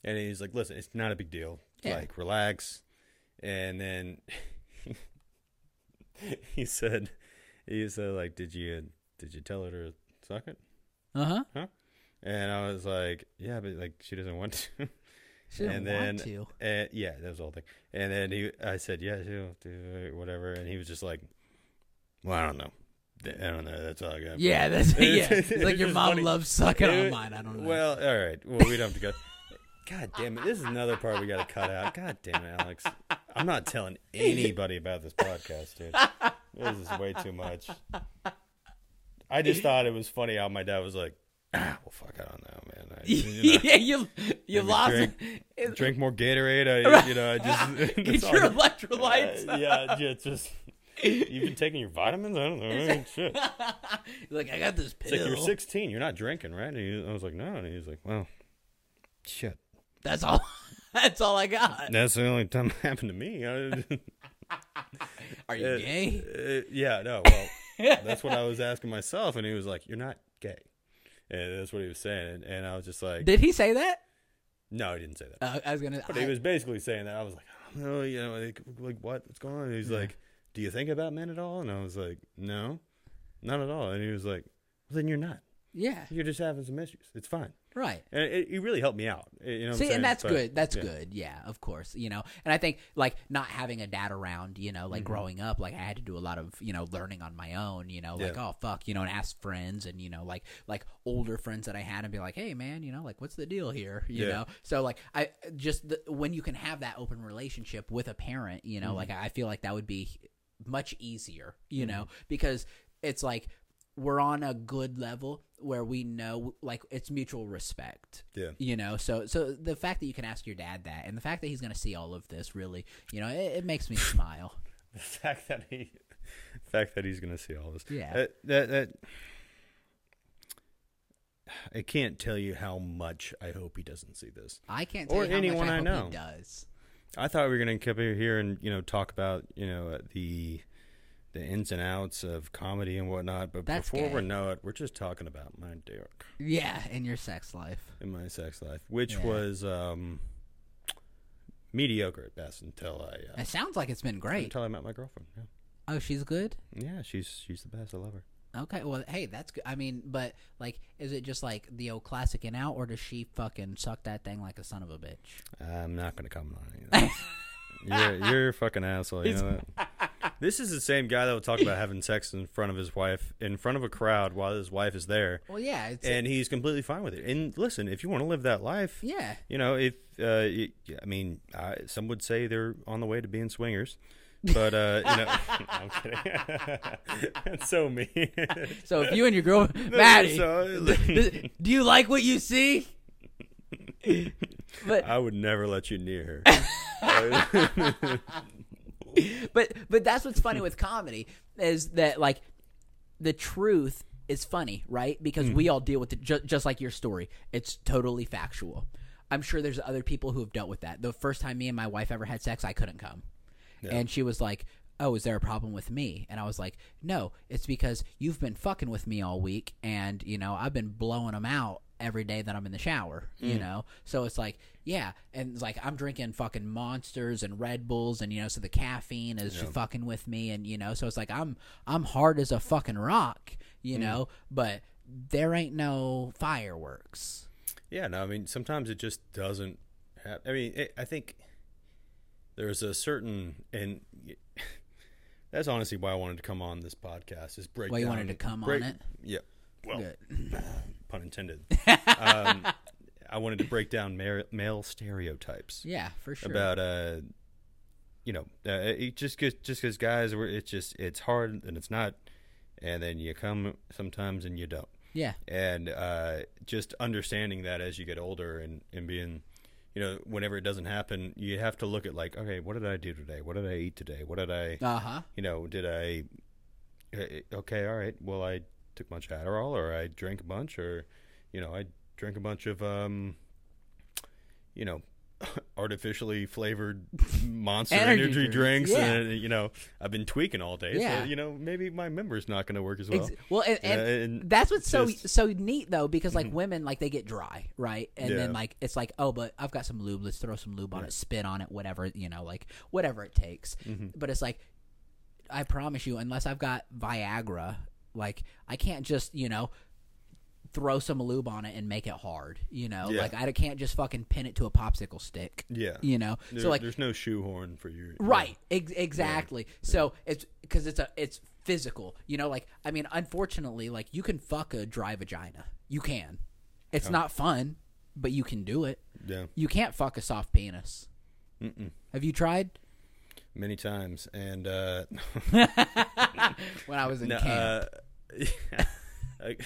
S2: And he's like, "Listen, it's not a big deal.
S1: Yeah.
S2: Like relax. And then (laughs) he said, he said like, did you did you tell her to suck it?
S1: Uh huh.
S2: And I was like, yeah, but like she doesn't want to.
S1: She didn't
S2: And then-
S1: want to.
S2: And yeah, that was the whole thing. And then he, I said, yeah, do do whatever. And he was just like, well, I don't know. I don't know. That's all I got.
S1: Yeah, that's
S2: (laughs)
S1: yeah.
S2: It's
S1: It's like your
S2: just
S1: mom
S2: funny.
S1: loves sucking
S2: It-
S1: on mine. I don't know. (laughs)
S2: Well, all right. Well, we don't have to go. God damn it! This is another part we got to cut out. God damn it, Alex! I'm not telling anybody about this podcast, dude. This is way too much. I just thought it was funny how my dad was like, "Ah, well, fuck, I don't know, man. I, you know,
S1: (laughs) yeah, you you
S2: Maybe
S1: lost
S2: drink-
S1: it.
S2: drink more Gatorade. I, you know,
S1: (laughs)
S2: I just
S1: Get
S2: (laughs) that's all
S1: your
S2: I-
S1: electrolytes.
S2: Uh, yeah, yeah, it's just you've been taking your vitamins. I don't know. I mean, shit. It's
S1: like I got this pill.
S2: like you're 16. You're not drinking, right? And he, I was like, no. And he's like, well, shit.
S1: That's all. (laughs) That's all I got.
S2: That's the only time (laughs) it happened to me. I-
S1: Are you gay?
S2: Uh, yeah, no. Well, that's what I was asking myself, and he was like, "You're not gay," and that's what he was saying. And, and I was just like,
S1: Did he say that?
S2: "No, he didn't say that."
S1: Uh, I was gonna.
S2: But he was basically saying that. I was like, "I don't know," you know, like, like what? What's going on?" And he's like, "Do you think about men at all?" And I was like, "No, not at all." And he was like, well, "Then you're not.
S1: yeah.
S2: You're just having some issues. It's fine."
S1: Right.
S2: And it, it really helped me out. You know what I'm
S1: See,
S2: saying?
S1: and that's
S2: But-
S1: good. That's
S2: yeah.
S1: good. Yeah, of course. You know, and I think like not having a dad around, you know, like
S2: Mm-hmm.
S1: growing up, like I had to do a lot of you know learning on my own. You know, like
S2: Yeah.
S1: oh fuck, you know, and ask friends and you know like like older friends that I had and be like, hey man, you know, like what's the deal here? You
S2: Yeah.
S1: know, so like I just the, when you can have that open relationship with a parent, you know,
S2: Mm-hmm.
S1: like I feel like that would be much easier. You know, because it's like we're on a good level where we know like it's mutual respect
S2: Yeah. (laughs)
S1: you know so so the fact that you can ask your dad that and the fact that he's going to see all of this really you know it, it
S2: (sighs)
S1: makes me smile
S2: the fact that he the fact that he's gonna see all this
S1: Yeah.
S2: that, that that i can't tell you how much i hope he doesn't see this
S1: i can't tell
S2: Or
S1: you how
S2: anyone
S1: much I,
S2: I
S1: hope
S2: know.
S1: he does
S2: i thought we were gonna come here and you know talk about you know uh, the the ins and outs of comedy and whatnot but
S1: That's
S2: before we
S1: gay.
S2: know it we're just talking about my dick
S1: yeah in your sex life
S2: in my sex life which
S1: Yeah.
S2: was um mediocre at best until i uh,
S1: it sounds like it's been great
S2: until i met my girlfriend yeah
S1: oh she's good
S2: yeah she's she's the best i love her
S1: okay well hey that's good i mean but like is it just like the old classic and out or does she fucking suck that thing like a son of a bitch
S2: I'm not going to comment on any of (laughs) that. you're, you're a fucking asshole. You know that? (laughs) This is the same guy that will talk about having sex in front of his wife, in front of a crowd while his wife is there,
S1: well yeah it's
S2: and he's completely fine with it. And listen, if you want to live that life,
S1: yeah
S2: you know, if uh, y- I mean, I, some would say they're on the way to being (laughs) swingers, but uh, you know, (laughs) I'm kidding. (laughs) That's so mean.
S1: so if you and your
S2: (laughs)
S1: girl maddie
S2: So-
S1: (laughs)
S2: (laughs)
S1: do you like what you see but
S2: I would never let you near her.
S1: (laughs) but but that's what's funny with comedy is that like the truth is funny, right? Because we all deal with it ju- just like your story. It's totally factual. I'm sure there's other people who have dealt with that. The first time me and my wife ever had sex, I couldn't come. And she was like, "Oh, is there a problem with me?" And I was like, "No, it's because you've been fucking with me all week and, you know, I've been blowing them out every day that I'm in the shower,
S2: Mm.
S1: you know? So it's like, yeah, and it's like I'm drinking fucking monsters and Red Bulls and you know, so the caffeine is fucking with me and you know, so it's like I'm I'm hard as a fucking rock,
S2: Mm.
S1: you know, but there ain't no fireworks.
S2: Yeah, no, I mean, sometimes it just doesn't happen. I mean, it, I think there's a certain, and (laughs) that's honestly why I wanted to come on this podcast is break.
S1: Why you
S2: down-
S1: wanted to come on
S2: break-
S1: it?
S2: Yeah, well,
S1: Good.
S2: pun
S1: (laughs)
S2: intended. um, I wanted to break down male, male stereotypes
S1: Yeah, for sure.
S2: about, uh, you know, uh, it just cause, just because guys, were it's just it's hard and it's not, and then you come sometimes and you don't
S1: yeah.
S2: and uh, just understanding that as you get older and, and being you know whenever it doesn't happen you have to look at like okay what did i do today what did i eat today what did i
S1: Uh-huh.
S2: you know did i eh, okay all right well i took much adderall or i drank a bunch or you know (laughs) i drank a bunch of um you know artificially flavored monster
S1: Energy
S2: energy,
S1: drinks,
S2: drinks,
S1: yeah.
S2: and uh, you know I've been tweaking all day,
S1: Yeah.
S2: so you know maybe my member's not going to work as well.
S1: Ex- well, and, and
S2: Yeah, and
S1: that's what's so
S2: just- Mm-hmm.
S1: so neat though, because like women, like they get dry, right? And then
S2: Yeah.
S1: like it's like, oh, but I've got some lube. Let's throw some lube on it, spin on it, whatever you know, like whatever it takes.
S2: Mm-hmm.
S1: But it's like, I promise you, unless I've got Viagra, like I can't just you know throw some lube on it and make it hard. You know,
S2: Yeah.
S1: like I can't just fucking pin it to a popsicle stick.
S2: yeah,
S1: You know,
S2: There-
S1: so like
S2: there's no shoehorn for your
S1: Right. Ex- exactly. So it's because it's a it's physical. You know, like I mean, unfortunately, like you can fuck a dry vagina. You can. It's not fun, but you can do it.
S2: Yeah,
S1: You can't fuck a soft penis. Have you tried?
S2: many times, and uh,
S1: When I was in
S2: (laughs) no,
S1: camp,
S2: uh, (laughs) I-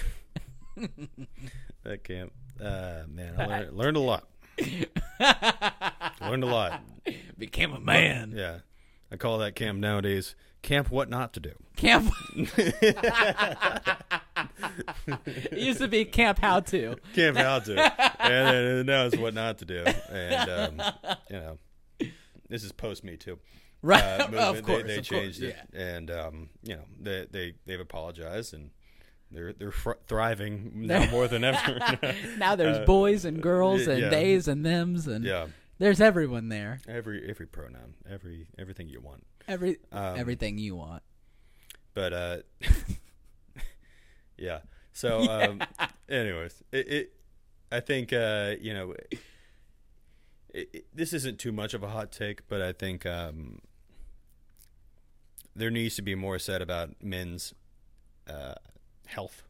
S2: that camp, uh, man, I (laughs) learned, learned a lot. learned a lot.
S1: became a man.
S2: Yeah, I call that camp nowadays. Camp, what not to do. (laughs)
S1: Camp. (laughs) it used to be camp how to.
S2: Camp how to, (laughs) and then now it's what not to do, and um, you know, this is post Me Too.
S1: Right.
S2: uh,
S1: (laughs)
S2: movement.
S1: of course.
S2: they, they
S1: of
S2: changed
S1: course.
S2: it, and um, you know they they they've apologized and they're they're fr-
S1: (laughs)
S2: thriving now more than ever. (laughs)
S1: Yeah. Now there's boys and girls and
S2: Uh, yeah.
S1: theys and thems and
S2: yeah,
S1: there's everyone there.
S2: every every pronoun, every everything you want.
S1: Every everything you want.
S2: But uh, (laughs) yeah.
S1: (laughs)
S2: So, um, anyways, it, it I think uh, you know it, it, this isn't too much of a hot take, but I think um, there needs to be more said about men's uh, health.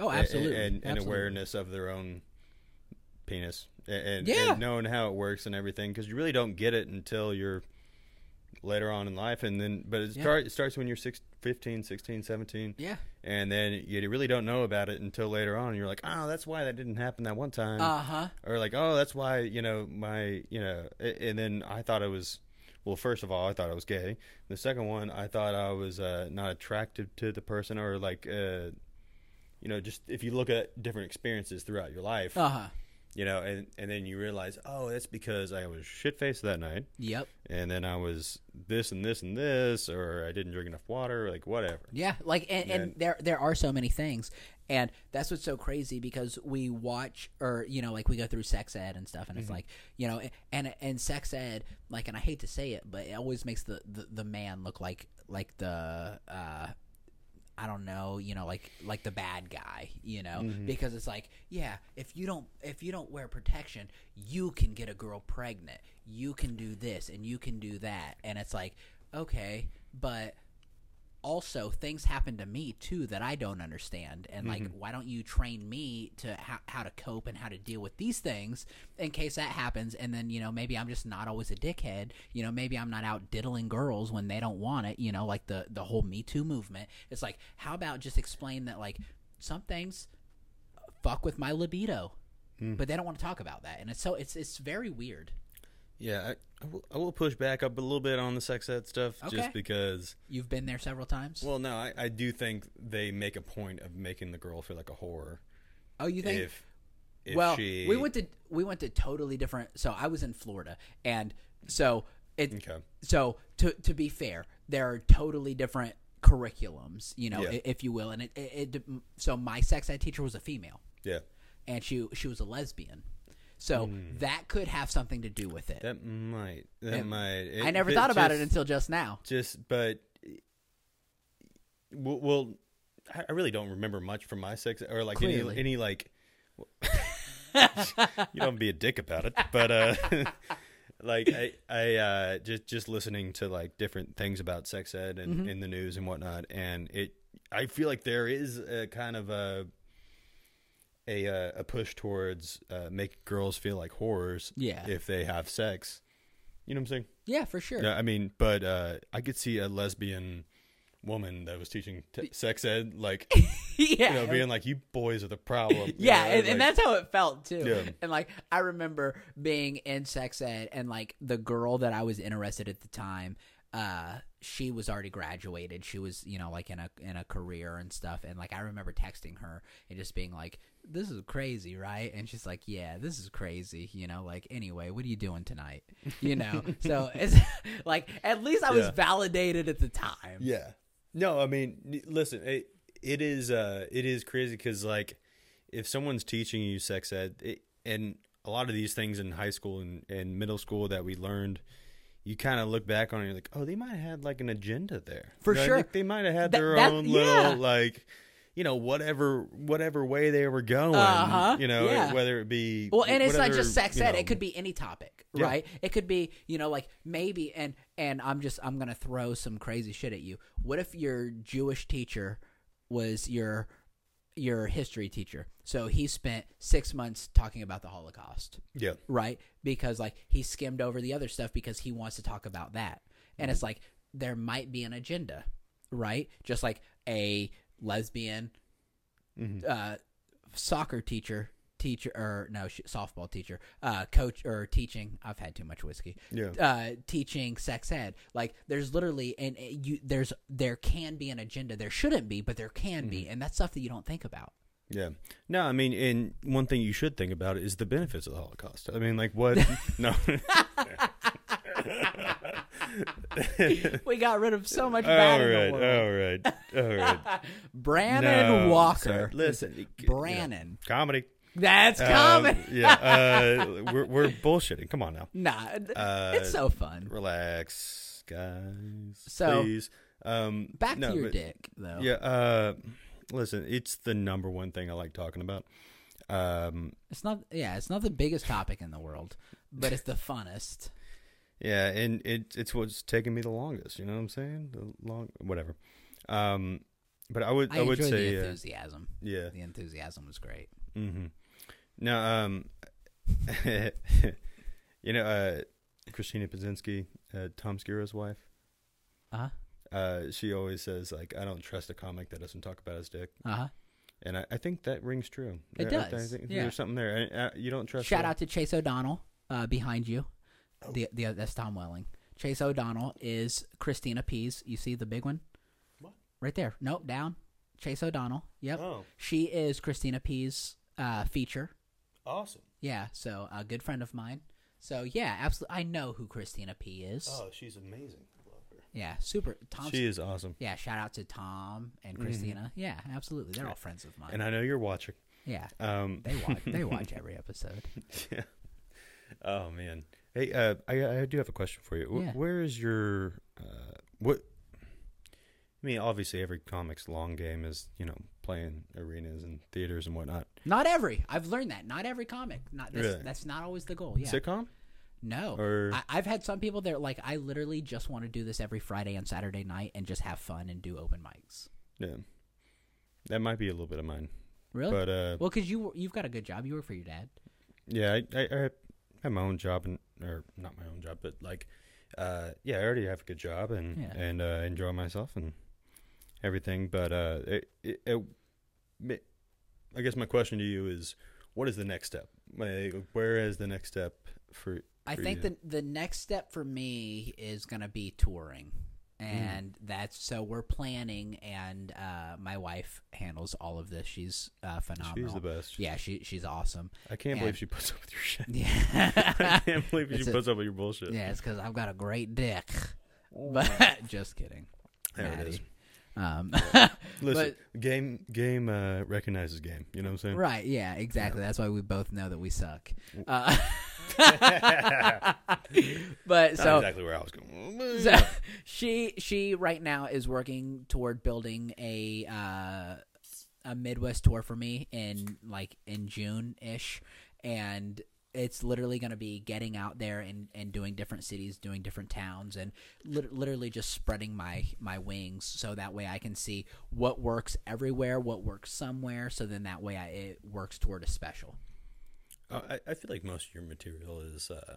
S1: Oh,
S2: a- a-
S1: absolutely.
S2: and, and
S1: absolutely.
S2: awareness of their own penis a- and,
S1: Yeah.
S2: and knowing how it works and everything because you really don't get it until you're later on in life and then but it,
S1: Yeah.
S2: start, it starts when you're six, 15 16 17
S1: Yeah.
S2: and then you really don't know about it until later on you're like oh that's why that didn't happen that one time
S1: Uh huh.
S2: or like oh that's why you know my you know a- and then i thought i was well first of all i thought i was gay the second one i thought i was uh, not attracted to the person or like uh, you know just if you look at different experiences throughout your life
S1: Uh huh.
S2: you know and, and then you realize oh that's because i was shit faced that night
S1: Yep.
S2: and then i was this and this and this or i didn't drink enough water like whatever
S1: Yeah. Like, and, and
S2: And-
S1: there there are so many things, and that's what's so crazy because we watch or you know like we go through sex ed and stuff, and it's like you know and and sex ed like and I hate to say it, but it always makes the the, the man look like like the. uh I don't know, you know, like like the bad guy, you know, because it's like, yeah, if you don't if you don't wear protection, you can get a girl pregnant. You can do this and you can do that. And it's like, okay, but also things happen to me too that I don't understand. And like, why don't you train me to how, how to cope and how to deal with these things in case that happens? And then, you know, maybe I'm just not always a dickhead. You know, maybe I'm not out diddling girls when they don't want it, you know, like the, the whole Me Too movement. It's like, how about just explain that, like, some things fuck with my libido. But they don't want to talk about that, and it's so it's it's very weird.
S2: yeah I, I, will, I will push back up a little bit on the sex ed stuff
S1: Okay.
S2: just because
S1: You've been there several times.
S2: Well, no, I, I do think they make a point of making the girl feel like a whore.
S1: oh, you think
S2: If, if
S1: well,
S2: she,
S1: we went to we went to totally different. So I was in Florida, and so it
S2: Okay.
S1: so to to be fair, there are totally different curriculums, you know,
S2: Yeah.
S1: i if you will. And it, it, it so my sex ed teacher was a female,
S2: Yeah.
S1: and she she was a lesbian, so that could have something to do with it.
S2: Hmm. That might. That
S1: It-
S2: might. It-
S1: I never
S2: but
S1: thought about it
S2: just-
S1: until just now.
S2: Just, but. Well, well, I I really don't remember much from my sex or like
S1: Clearly.
S2: any
S1: (laughs)
S2: any like. you don't be a dick about it, but uh, (laughs) like I I uh, just just listening to like different things about sex ed and
S1: Mm-hmm.
S2: in the news and whatnot, and it I feel like there is a kind of a a uh, a push towards uh, make girls feel like whores,
S1: Yeah.
S2: if they have sex. You know what I'm saying?
S1: Yeah, for sure.
S2: Yeah, I mean, but uh, I could see a lesbian woman that was teaching t- sex ed, like you
S1: (laughs) (laughs) yeah,
S2: know, being like, "You boys are the problem." you
S1: yeah,
S2: know,
S1: and, and
S2: like-
S1: that's how it felt too.
S2: Yeah.
S1: And like I remember being in sex ed, and like the girl that I was interested at the time, uh, she was already graduated. She was, you know, like in a in a career and stuff. And like I remember texting her and just being like, "This is crazy, right?" And she's like, "Yeah, this is crazy." You know, like anyway, what are you doing tonight? You
S2: (laughs)
S1: know, so it's (laughs) like at least I was
S2: Yeah.
S1: validated at the time.
S2: Yeah. No, I mean, n- listen, it, it is uh, it is crazy because like, if someone's teaching you sex ed, it, and a lot of these things in high school and, and middle school that we learned, you kind of look back on it, you're like, oh, they might have had like an agenda there
S1: For
S2: You know,
S1: sure.
S2: like, they might have had
S1: That-
S2: their
S1: that-
S2: own
S1: yeah.
S2: little like. You know, whatever whatever way they were going,
S1: Uh-huh,
S2: you know,
S1: yeah.
S2: whether it be
S1: Well, and it's not
S2: whatever,
S1: just sex
S2: you
S1: ed;
S2: know,
S1: it could be any topic,
S2: Yeah.
S1: right? It could be, you know, like maybe and and I'm just I'm gonna throw some crazy shit at you. What if your Jewish teacher was your your history teacher? So he spent six months talking about the Holocaust,
S2: yeah,
S1: right? Because like he skimmed over the other stuff because he wants to talk about that, and
S2: Mm-hmm.
S1: it's like there might be an agenda, right? Just like a lesbian
S2: Mm-hmm.
S1: uh, soccer teacher, teacher or no sh- softball teacher, uh, coach or teaching. I've had too much whiskey.
S2: Yeah.
S1: Uh, teaching sex ed. Like there's literally and uh, you there's there can be an agenda. There shouldn't be, but there can be,
S2: Mm-hmm.
S1: and that's stuff that you don't think about.
S2: Yeah. No, I mean, and one thing you should think about is the benefits of the Holocaust. I mean, like
S1: (laughs)
S2: what? (laughs) no.
S1: we got rid of so much
S2: (laughs) all
S1: bad in
S2: right.
S1: the world.
S2: All right.
S1: (laughs)
S2: All right.
S1: Brannon
S2: No,
S1: Walker.
S2: sorry. Listen, you know,
S1: Brannon.
S2: comedy.
S1: That's
S2: Um,
S1: coming.
S2: (laughs) yeah. Uh, we're we're bullshitting. Come on now.
S1: nah,
S2: Uh,
S1: it's so fun.
S2: Relax, guys.
S1: So-
S2: please. Um,
S1: Back
S2: no,
S1: to your
S2: but-
S1: dick, though.
S2: Yeah. Uh, listen, it's the number one thing I like talking about. Um,
S1: It's not. Yeah, it's not the biggest topic in the world, but it's the funnest.
S2: Yeah, and it it's what's taken me the longest. You know what I'm saying? The long, whatever. Um, but I would
S1: I,
S2: I, would
S1: enjoy
S2: say
S1: the
S2: uh,
S1: enthusiasm.
S2: yeah.
S1: The enthusiasm was great.
S2: Mm-hmm. No, um, (laughs) you know, uh, Christina Pazinski, uh, Tom Skerritt's wife.
S1: Uh huh.
S2: Uh, she always says like, I don't trust a comic that doesn't talk about his dick,
S1: Uh
S2: and I, I think that rings true.
S1: It
S2: I- I
S1: does,
S2: think
S1: yeah.
S2: There's something there. I, I, you don't
S1: huh.
S2: trust. Oh.
S1: Shout
S2: a-
S1: out to Chase O'Donnell uh, behind you. The, the that's Tom Welling. Chase O'Donnell is Christina Pease. You see the big one?
S2: What?
S1: Right there. Nope. Down. Chase O'Donnell. Yep.
S2: Oh,
S1: She is Christina Pease uh, feature.
S2: awesome!
S1: Yeah. So a good friend of mine. So yeah, absolutely. I know who Christina P is.
S2: she's amazing. Love her.
S1: Yeah. Super. Tom.
S2: Oh. She is awesome,
S1: Yeah, shout out to Tom and Christina. Yeah, absolutely. They're all friends of mine.
S2: and I know you're watching.
S1: yeah.
S2: Um,
S1: They watch they watch every
S2: (laughs)
S1: episode.
S2: yeah. Oh man. Hey, uh, I I do have a question for you. Wh-
S1: Yeah.
S2: Where is your uh, what? I mean, obviously, every comic's long game is you know playing arenas and theaters and whatnot.
S1: Not every. I've learned that. Not every comic. Not that's,
S2: Really?
S1: that's not always the goal. Yeah.
S2: Sitcom?
S1: no.
S2: or-
S1: I, I've had some people that are like I literally just want to do this every Friday and Saturday night and just have fun and do open mics.
S2: Yeah, that might be a little bit of mine.
S1: Really?
S2: But uh,
S1: well, because you you've got a good job. You work for your dad.
S2: yeah, I, I I have my own job and or not my own job, but like, uh, yeah, I already have a good job and
S1: Yeah.
S2: and uh, enjoy myself and everything. But uh, it, it, it, ma- I guess my question to you is, what is the next step? Like, where is the next step for?
S1: I
S2: for
S1: think
S2: you?
S1: the the next step for me is going to be touring. And
S2: Mm.
S1: that's so we're planning, and uh, my wife handles all of this. She's uh, phenomenal.
S2: she's the best.
S1: Yeah, she she's
S2: (laughs)
S1: awesome.
S2: I can't
S1: Yeah.
S2: believe she puts up with
S1: (laughs)
S2: your shit. I (laughs)
S1: Yeah,
S2: can't believe she
S1: It's a-
S2: puts up with your bullshit.
S1: yeah, it's because I've got a great dick. But (laughs) just kidding.
S2: Oh, There it
S1: Maddie.
S2: is. (laughs)
S1: Um,
S2: Listen, game game uh, recognizes game. You know what I'm saying?
S1: right? Yeah, exactly. That's why we both know that we suck.
S2: (laughs)
S1: Uh, (laughs) but
S2: Not
S1: so
S2: exactly where I was going.
S1: So (laughs) she she right now is working toward building a uh, a Midwest tour for me in like in June ish, and it's literally going to be getting out there and, and doing different cities, doing different towns, and lit- literally just spreading my my wings so that way I can see what works everywhere, what works somewhere. So then that way I, it works toward a special.
S2: Uh, I, I feel like most of your material is uh,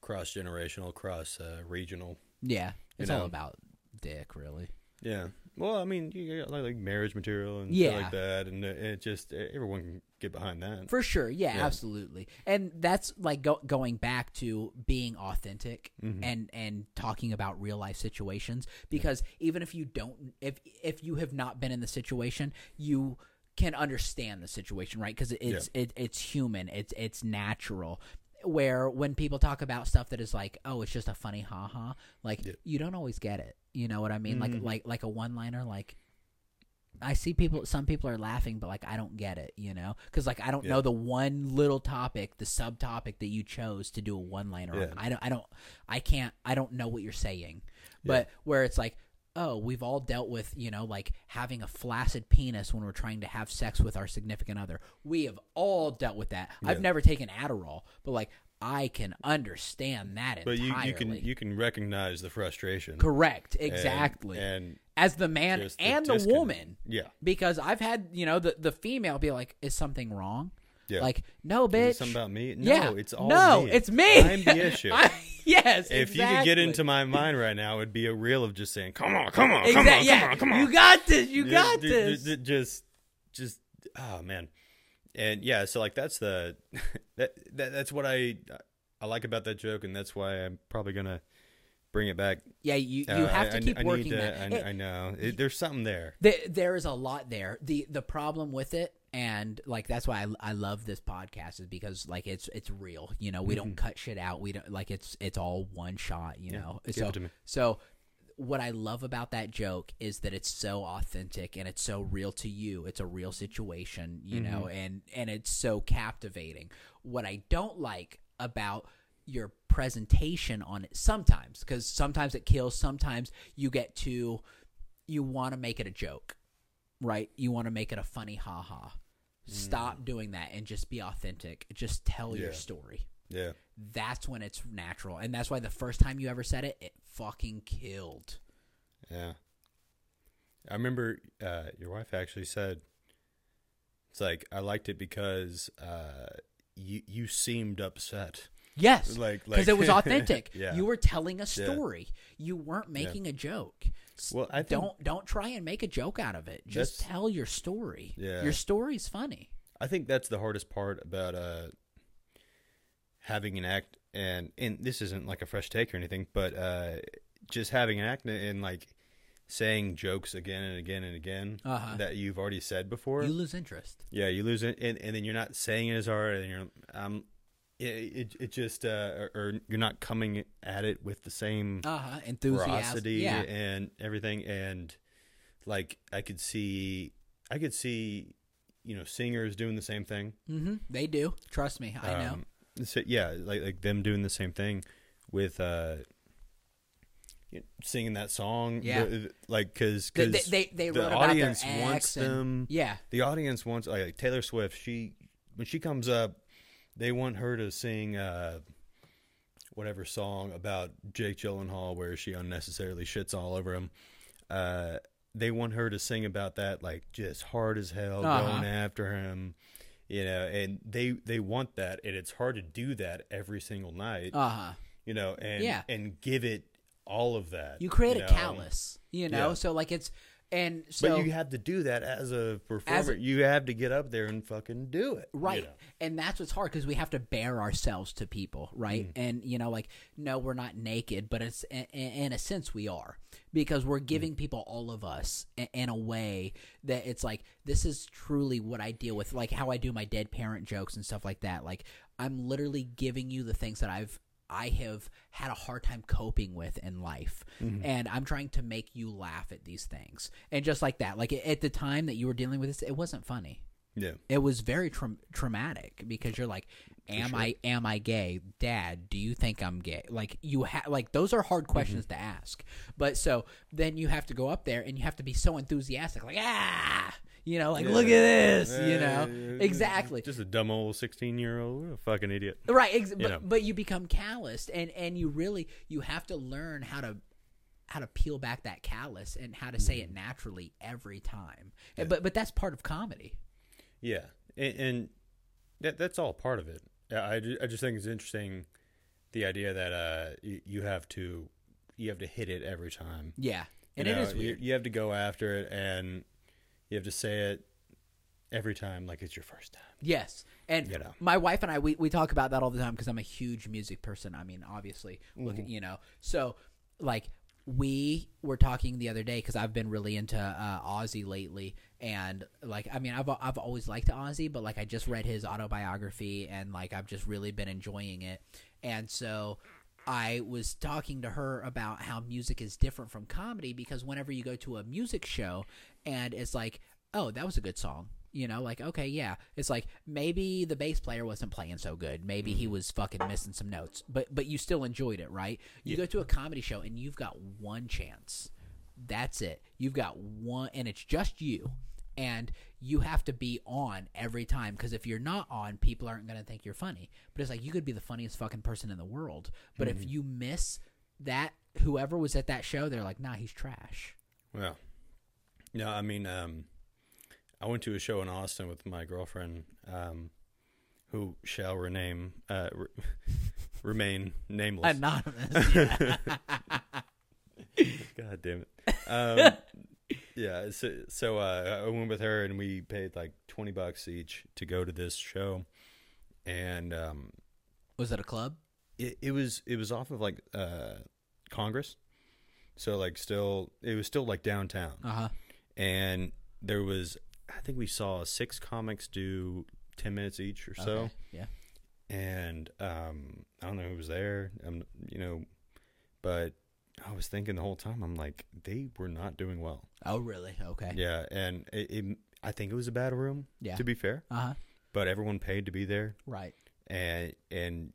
S2: cross generational, cross uh, regional.
S1: Yeah, it's
S2: You
S1: all
S2: know.
S1: about dick, really.
S2: Yeah, Well, I mean, you got like, like marriage material and
S1: Yeah.
S2: shit like that, and uh, it just everyone can get behind that.
S1: For sure. Yeah,
S2: Yeah.
S1: absolutely. And that's like go- going back to being authentic and and talking about real life situations because even if you don't if if you have not been in the situation, you can understand the situation, right? Cuz it's it, it's human. It's it's natural. Where when people talk about stuff that is like, oh, it's just a funny ha ha, like you don't always get it. You know what I mean? Like like like a one liner, like I see people. Some people are laughing, but like I don't get it, you know, because like I don't know the one little topic, the subtopic that you chose to do a one-liner on.
S2: Yeah.
S1: I don't, I don't, I can't, I don't know what you're saying. But where it's like, oh, we've all dealt with, you know, like having a flaccid penis when we're trying to have sex with our significant other. We have all dealt with that. I've
S2: Yeah.
S1: never taken Adderall, but like I can understand that
S2: But you,
S1: entirely.
S2: you can you can recognize the frustration.
S1: Correct,
S2: and-
S1: exactly.
S2: And,
S1: As the man
S2: just
S1: and the
S2: discon-
S1: woman
S2: Yeah.
S1: because I've had you know the the female be like, "Is something wrong?"
S2: Yeah.
S1: Like, no,
S2: Is it
S1: bitch.
S2: something about me? No,
S1: yeah,
S2: it's all
S1: no,
S2: me.
S1: it's me. (laughs)
S2: I'm the issue.
S1: I- yes,
S2: if you could get into my mind right now, it'd be a reel of just saying, "Come on, come on, come on,
S1: exactly, yeah,
S2: come on, come on."
S1: you got this, you
S2: Yeah,
S1: got
S2: d- d-
S1: this.
S2: d- Just, just, oh man, and yeah. So like, that's the (laughs) that, that that's what I I like about that joke, and that's why I'm probably gonna bring it back.
S1: yeah, you you
S2: Uh,
S1: have
S2: I-
S1: to
S2: I-
S1: keep
S2: I need
S1: working
S2: to-
S1: that.
S2: I,
S1: It-
S2: I know It- there's something there.
S1: there, there is a lot there. the The problem with it, and like that's why I, I love this podcast, is because like it's it's real. You know, we
S2: Mm-hmm.
S1: don't cut shit out. We don't like it's it's all one shot. You know,
S2: give
S1: so
S2: it to me.
S1: so what I love about that joke is that it's so authentic and it's so real to you. It's a real situation, you know,
S2: Mm-hmm.
S1: and and it's so captivating. What I don't like about your presentation on it sometimes cuz sometimes it kills, sometimes you get to you want to make it a joke, right? You want to make it a funny ha ha. Stop doing that and just be authentic. Just tell your
S2: Mm. Yeah.
S1: story
S2: Yeah,
S1: that's when it's natural and that's why the first time you ever said it it fucking killed
S2: yeah. I remember uh, your wife actually said, "It's like I liked it because uh, you you seemed upset."
S1: yes
S2: Like-
S1: because
S2: like- (laughs)
S1: it was authentic
S2: Yeah.
S1: you were telling a story you weren't making a joke S-
S2: Well, I think-
S1: don't don't try and make a joke out of it just
S2: That's-
S1: tell your story
S2: Yeah.
S1: your story's funny
S2: I think that's the hardest part about uh, having an act, and and this isn't like a fresh take or anything, but uh, just having an act and, and like saying jokes again and again and again
S1: Uh-huh.
S2: that you've already said before.
S1: you lose interest
S2: yeah, you lose it, and, and then you're not saying it as hard, and you're um, it it, it just uh, or, or you're not coming at it with the same
S1: uh-huh enthusiasm
S2: ferocity
S1: yeah
S2: and everything and like i could see i could see you know singers doing the same thing
S1: hmm they do trust me i know
S2: um, so yeah like like them doing the same thing with uh you know, singing that song
S1: Yeah.
S2: the- like because
S1: they, they, they, they
S2: the
S1: wrote
S2: audience
S1: about their
S2: wants
S1: ex and-
S2: them
S1: yeah
S2: the audience wants like, like taylor swift she when she comes up they want her to sing uh whatever song about jake gyllenhaal where she unnecessarily shits all over him uh they want her to sing about that like just hard as hell
S1: Uh-huh.
S2: going after him you know and they they want that and it's hard to do that every single night
S1: uh-huh
S2: you know and
S1: Yeah.
S2: and give it all of that
S1: you create
S2: know?
S1: a callus you know
S2: Yeah.
S1: so like it's and so
S2: but you have to do that as a performer. you have to get up there and fucking do it. you
S1: right
S2: know?
S1: and that's what's hard because we have to bare ourselves to people right and you know like no we're not naked but it's in, in a sense we are because we're giving people all of us i- in a way that it's like this is truly what i deal with like how i do my dead parent jokes and stuff like that like i'm literally giving you the things that i've I have had a hard time coping with in life. And I'm trying to make you laugh at these things. And just like that, like at the time that you were dealing with this, it wasn't funny
S2: Yeah.
S1: it was very tra- traumatic because you're like am i am i gay dad do you think i'm gay like you have like those are hard questions to ask but so then you have to go up there and you have to be so enthusiastic like ah you know like look at this you know exactly
S2: Just a dumb old sixteen-year-old, What a fucking idiot.
S1: right ex- but,
S2: know.
S1: but you become calloused and and you really you have to learn how to how to peel back that callus and how to say it naturally every time And- but but that's part of comedy
S2: Yeah, and, and that that's all part of it. I, I ju- I just think it's interesting the idea that uh you, you have to you have to hit it every time.
S1: yeah and
S2: you
S1: it
S2: know,
S1: is weird.
S2: You, you have to go after it, and you have to say it every time like it's your first time.
S1: Yes. And
S2: You know.
S1: my wife and I, we, we talk about that all the time because I'm a huge music person. I mean, obviously, look
S2: Mm-hmm.
S1: at you know. So, like, we were talking the other day because I've been really into uh, Ozzy lately. And, like, I mean, I've, I've always liked Ozzy, but, like, I just read his autobiography and, like, I've just really been enjoying it. And so I was talking to her about how music is different from comedy because whenever you go to a music show and it's like, oh, that was a good song. You know, like, okay, yeah. It's like maybe the bass player wasn't playing so good. Maybe he was fucking missing some notes. But but you still enjoyed it, right? You go to a comedy show and you've got one chance. That's it. You've got one and it's just you. And you have to be on every time because if you're not on, people aren't going to think you're funny. But it's like you could be the funniest fucking person in the world. But if you miss that, whoever was at that show, they're like, nah, he's trash.
S2: Well, no, I mean, um, I went to a show in Austin with my girlfriend, um, who shall rename, uh, re- (laughs) remain
S1: (laughs)
S2: nameless.
S1: Anonymous.
S2: God damn it. Um, yeah. So, so uh, I went with her and we paid like 20 bucks each to go to this show. And, um,
S1: was it a club?
S2: it, it was, it was off of like, uh, Congress. So like still, it was still like downtown.
S1: Uh huh.
S2: and there was I think we saw six comics do ten minutes each or so,
S1: yeah.
S2: and um, I don't know who was there, um, you know, but I was thinking the whole time I'm like they were not doing well,
S1: Oh, really? Okay.
S2: yeah, and it, it, I think it was a battle room,
S1: Yeah.
S2: to be fair,
S1: Uh huh.
S2: but everyone paid to be there,
S1: Right.
S2: and and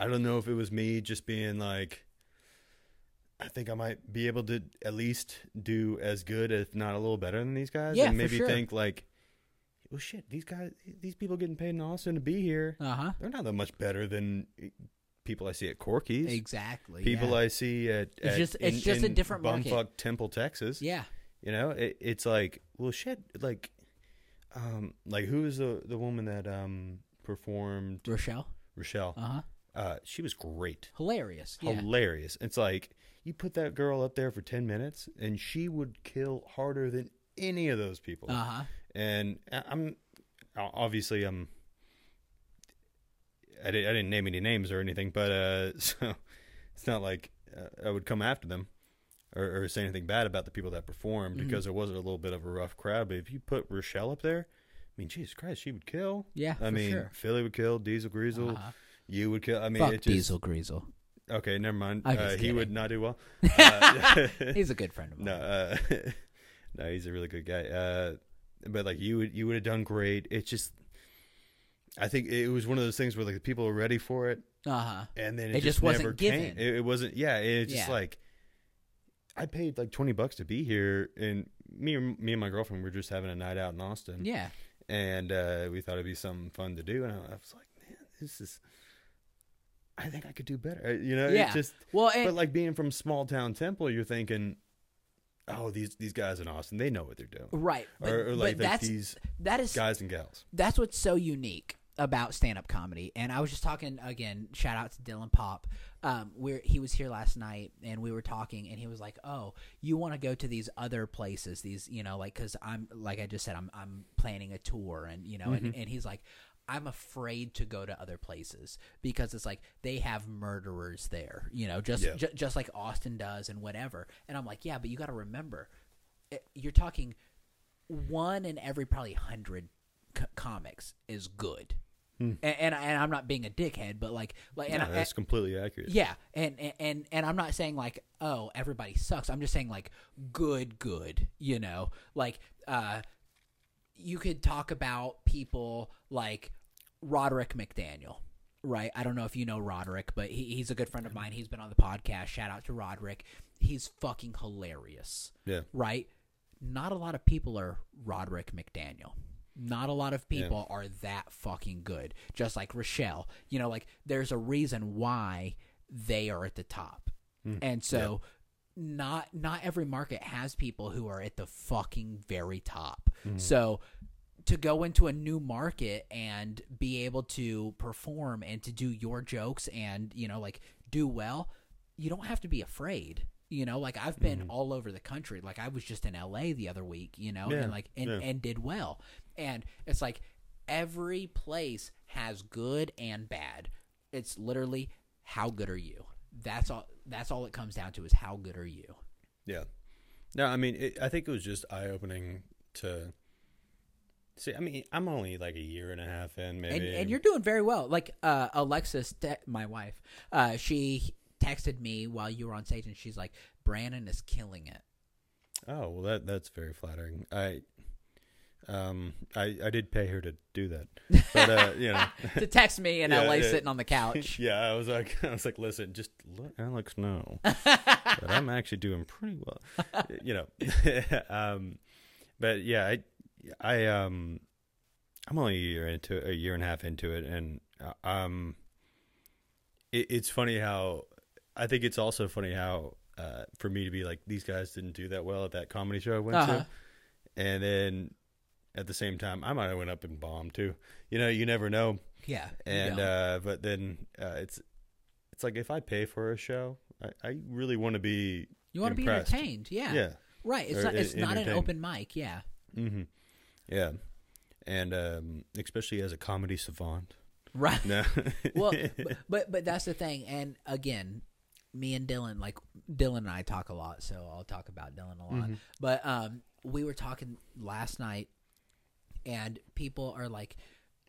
S2: I don't know if it was me just being like. I think I might be able to at least do as good, if not a little better than these guys,
S1: Yeah, for
S2: and maybe
S1: sure.
S2: think like, "Well, shit, these guys, these people getting paid in Austin to be here,
S1: Uh huh.
S2: they're not that much better than people I see at Corky's,
S1: Exactly.
S2: people
S1: yeah.
S2: I see at,
S1: It's
S2: at-
S1: just- it's just a different
S2: bumfuck
S1: market.
S2: Temple, Texas.
S1: Yeah.
S2: You know, it, it's like, well, shit, like, um, like who is the the woman that um performed
S1: Rochelle.
S2: Rochelle?
S1: Uh huh.
S2: Uh, she was great.
S1: Hilarious. Yeah.
S2: hilarious. It's like you put that girl up there for 10 minutes and she would kill harder than any of those people.
S1: Uh huh.
S2: And I- I'm o- obviously I'm I, di- I didn't name any names or anything, but uh (laughs) so it's not like uh, I would come after them or, or say anything bad about the people that performed
S1: Mm-hmm.
S2: because it was a little bit of a rough crowd, but if you put Rochelle up there, I mean, Jesus Christ, she would kill.
S1: Yeah,
S2: I
S1: for
S2: mean,
S1: sure.
S2: Philly would kill, Diesel Greasel,
S1: Uh-huh.
S2: you would kill. I mean,
S1: Fuck
S2: it just,
S1: Diesel Greasel.
S2: Okay, never mind.
S1: I'm
S2: Uh,
S1: just
S2: he would
S1: kidding.
S2: not
S1: (laughs)
S2: do well. Uh, (laughs)
S1: He's a good friend of mine.
S2: No, uh, (laughs) no, he's a really good guy. Uh, but like you would, you would have done great. It's just, I think it was one of those things where like the people were ready for it,
S1: Uh huh.
S2: and then it,
S1: It just wasn't
S2: never
S1: given.
S2: Came. It, it wasn't. Yeah, it's just
S1: Yeah.
S2: like I paid like twenty bucks to be here, and me, and me and my girlfriend were just having a night out in Austin
S1: Yeah.
S2: and uh, we thought it'd be something fun to do. And I was like, man, this is. I think I could do better. Uh, You know,
S1: Yeah.
S2: it's just
S1: Well, and-
S2: but like being from small town Temple, you're thinking, oh, these these guys in Austin, they know what they're doing,
S1: Right. But,
S2: or, or
S1: but
S2: like, like,
S1: that's
S2: these
S1: that is
S2: guys and gals.
S1: that's what's so unique about stand-up comedy and i was just talking again shout out to dylan pop um, where he was here last night and we were talking and he was like oh you want to go to these other places these you know like because i'm like i just said i'm, I'm planning a tour and you know and, and he's like i'm afraid to go to other places because it's like they have murderers there you know just
S2: Yeah.
S1: ju- just like austin does and whatever and i'm like yeah but you got to remember eh, you're talking one in every probably hundred c- comics is good. And, and and I'm not being a dickhead, but like like and
S2: Hmm. No,
S1: I-
S2: that's completely accurate.
S1: yeah, and and- and and I'm not saying like oh everybody sucks. I'm just saying like good good. You know, like uh, you could talk about people like Roderick McDaniel, right? I don't know if you know Roderick, but he, he's a good friend of mine. He's been on the podcast. Shout out to Roderick. He's fucking hilarious
S2: Yeah,
S1: right? Not a lot of people are Roderick McDaniel. Not a lot of people are that fucking good. Just like Rochelle, you know, like there's a reason why they are at the top. And so not not every market has people who are at the fucking very top. So to go into a new market and be able to perform and to do your jokes and you know like do well you don't have to be afraid You know, like I've been
S2: Mm-hmm.
S1: all over the country. Like I was just in LA the other week, you know,
S2: Yeah,
S1: and like and,
S2: yeah.
S1: and did well. And it's like every place has good and bad. It's literally how good are you? That's all that's all it comes down to is how good are you?
S2: Yeah. No, I mean, it, I think it was just eye opening to see. I mean, I'm only like a year and a half in,
S1: and,
S2: maybe.
S1: and you're doing very well. Like uh, Alexis, te- my wife, uh, she texted me while you were on stage, and she's like, "Brandon is killing it."
S2: Oh well, that that's very flattering. I, um, I I did pay her to do that, but uh, you know,
S1: (laughs)
S2: (laughs)
S1: to text me in
S2: Yeah,
S1: LA,
S2: yeah.
S1: sitting
S2: (laughs)
S1: on the couch.
S2: yeah, I was like, (laughs) I was like, listen, just let Alex know that I'm actually doing pretty well, you know. (laughs) um, but yeah, I, I um, I'm only a year into a year and a half into it, and uh, um, it, it's funny how I think it's also funny how uh, for me to be like these guys didn't do that well at that comedy show I went
S1: Uh-huh.
S2: to, and then at the same time I might have went up and bombed too. You know, you never know
S1: yeah, you
S2: and
S1: know.
S2: uh but then uh it's it's like if i pay for a show i, I really want to be
S1: you want to be
S2: impressed.
S1: entertained. Yeah,
S2: yeah
S1: right. It's
S2: Or
S1: not.
S2: en-
S1: It's not an
S2: entertained.
S1: open mic. Yeah,
S2: hmm yeah and um especially as a comedy savant
S1: right.
S2: (laughs) no
S1: well, but, but but that's the thing. And again, me and Dylan, like Dylan and I talk a lot, so I'll talk about Dylan a lot.
S2: Mm-hmm.
S1: But um, we were talking last night, and people are like,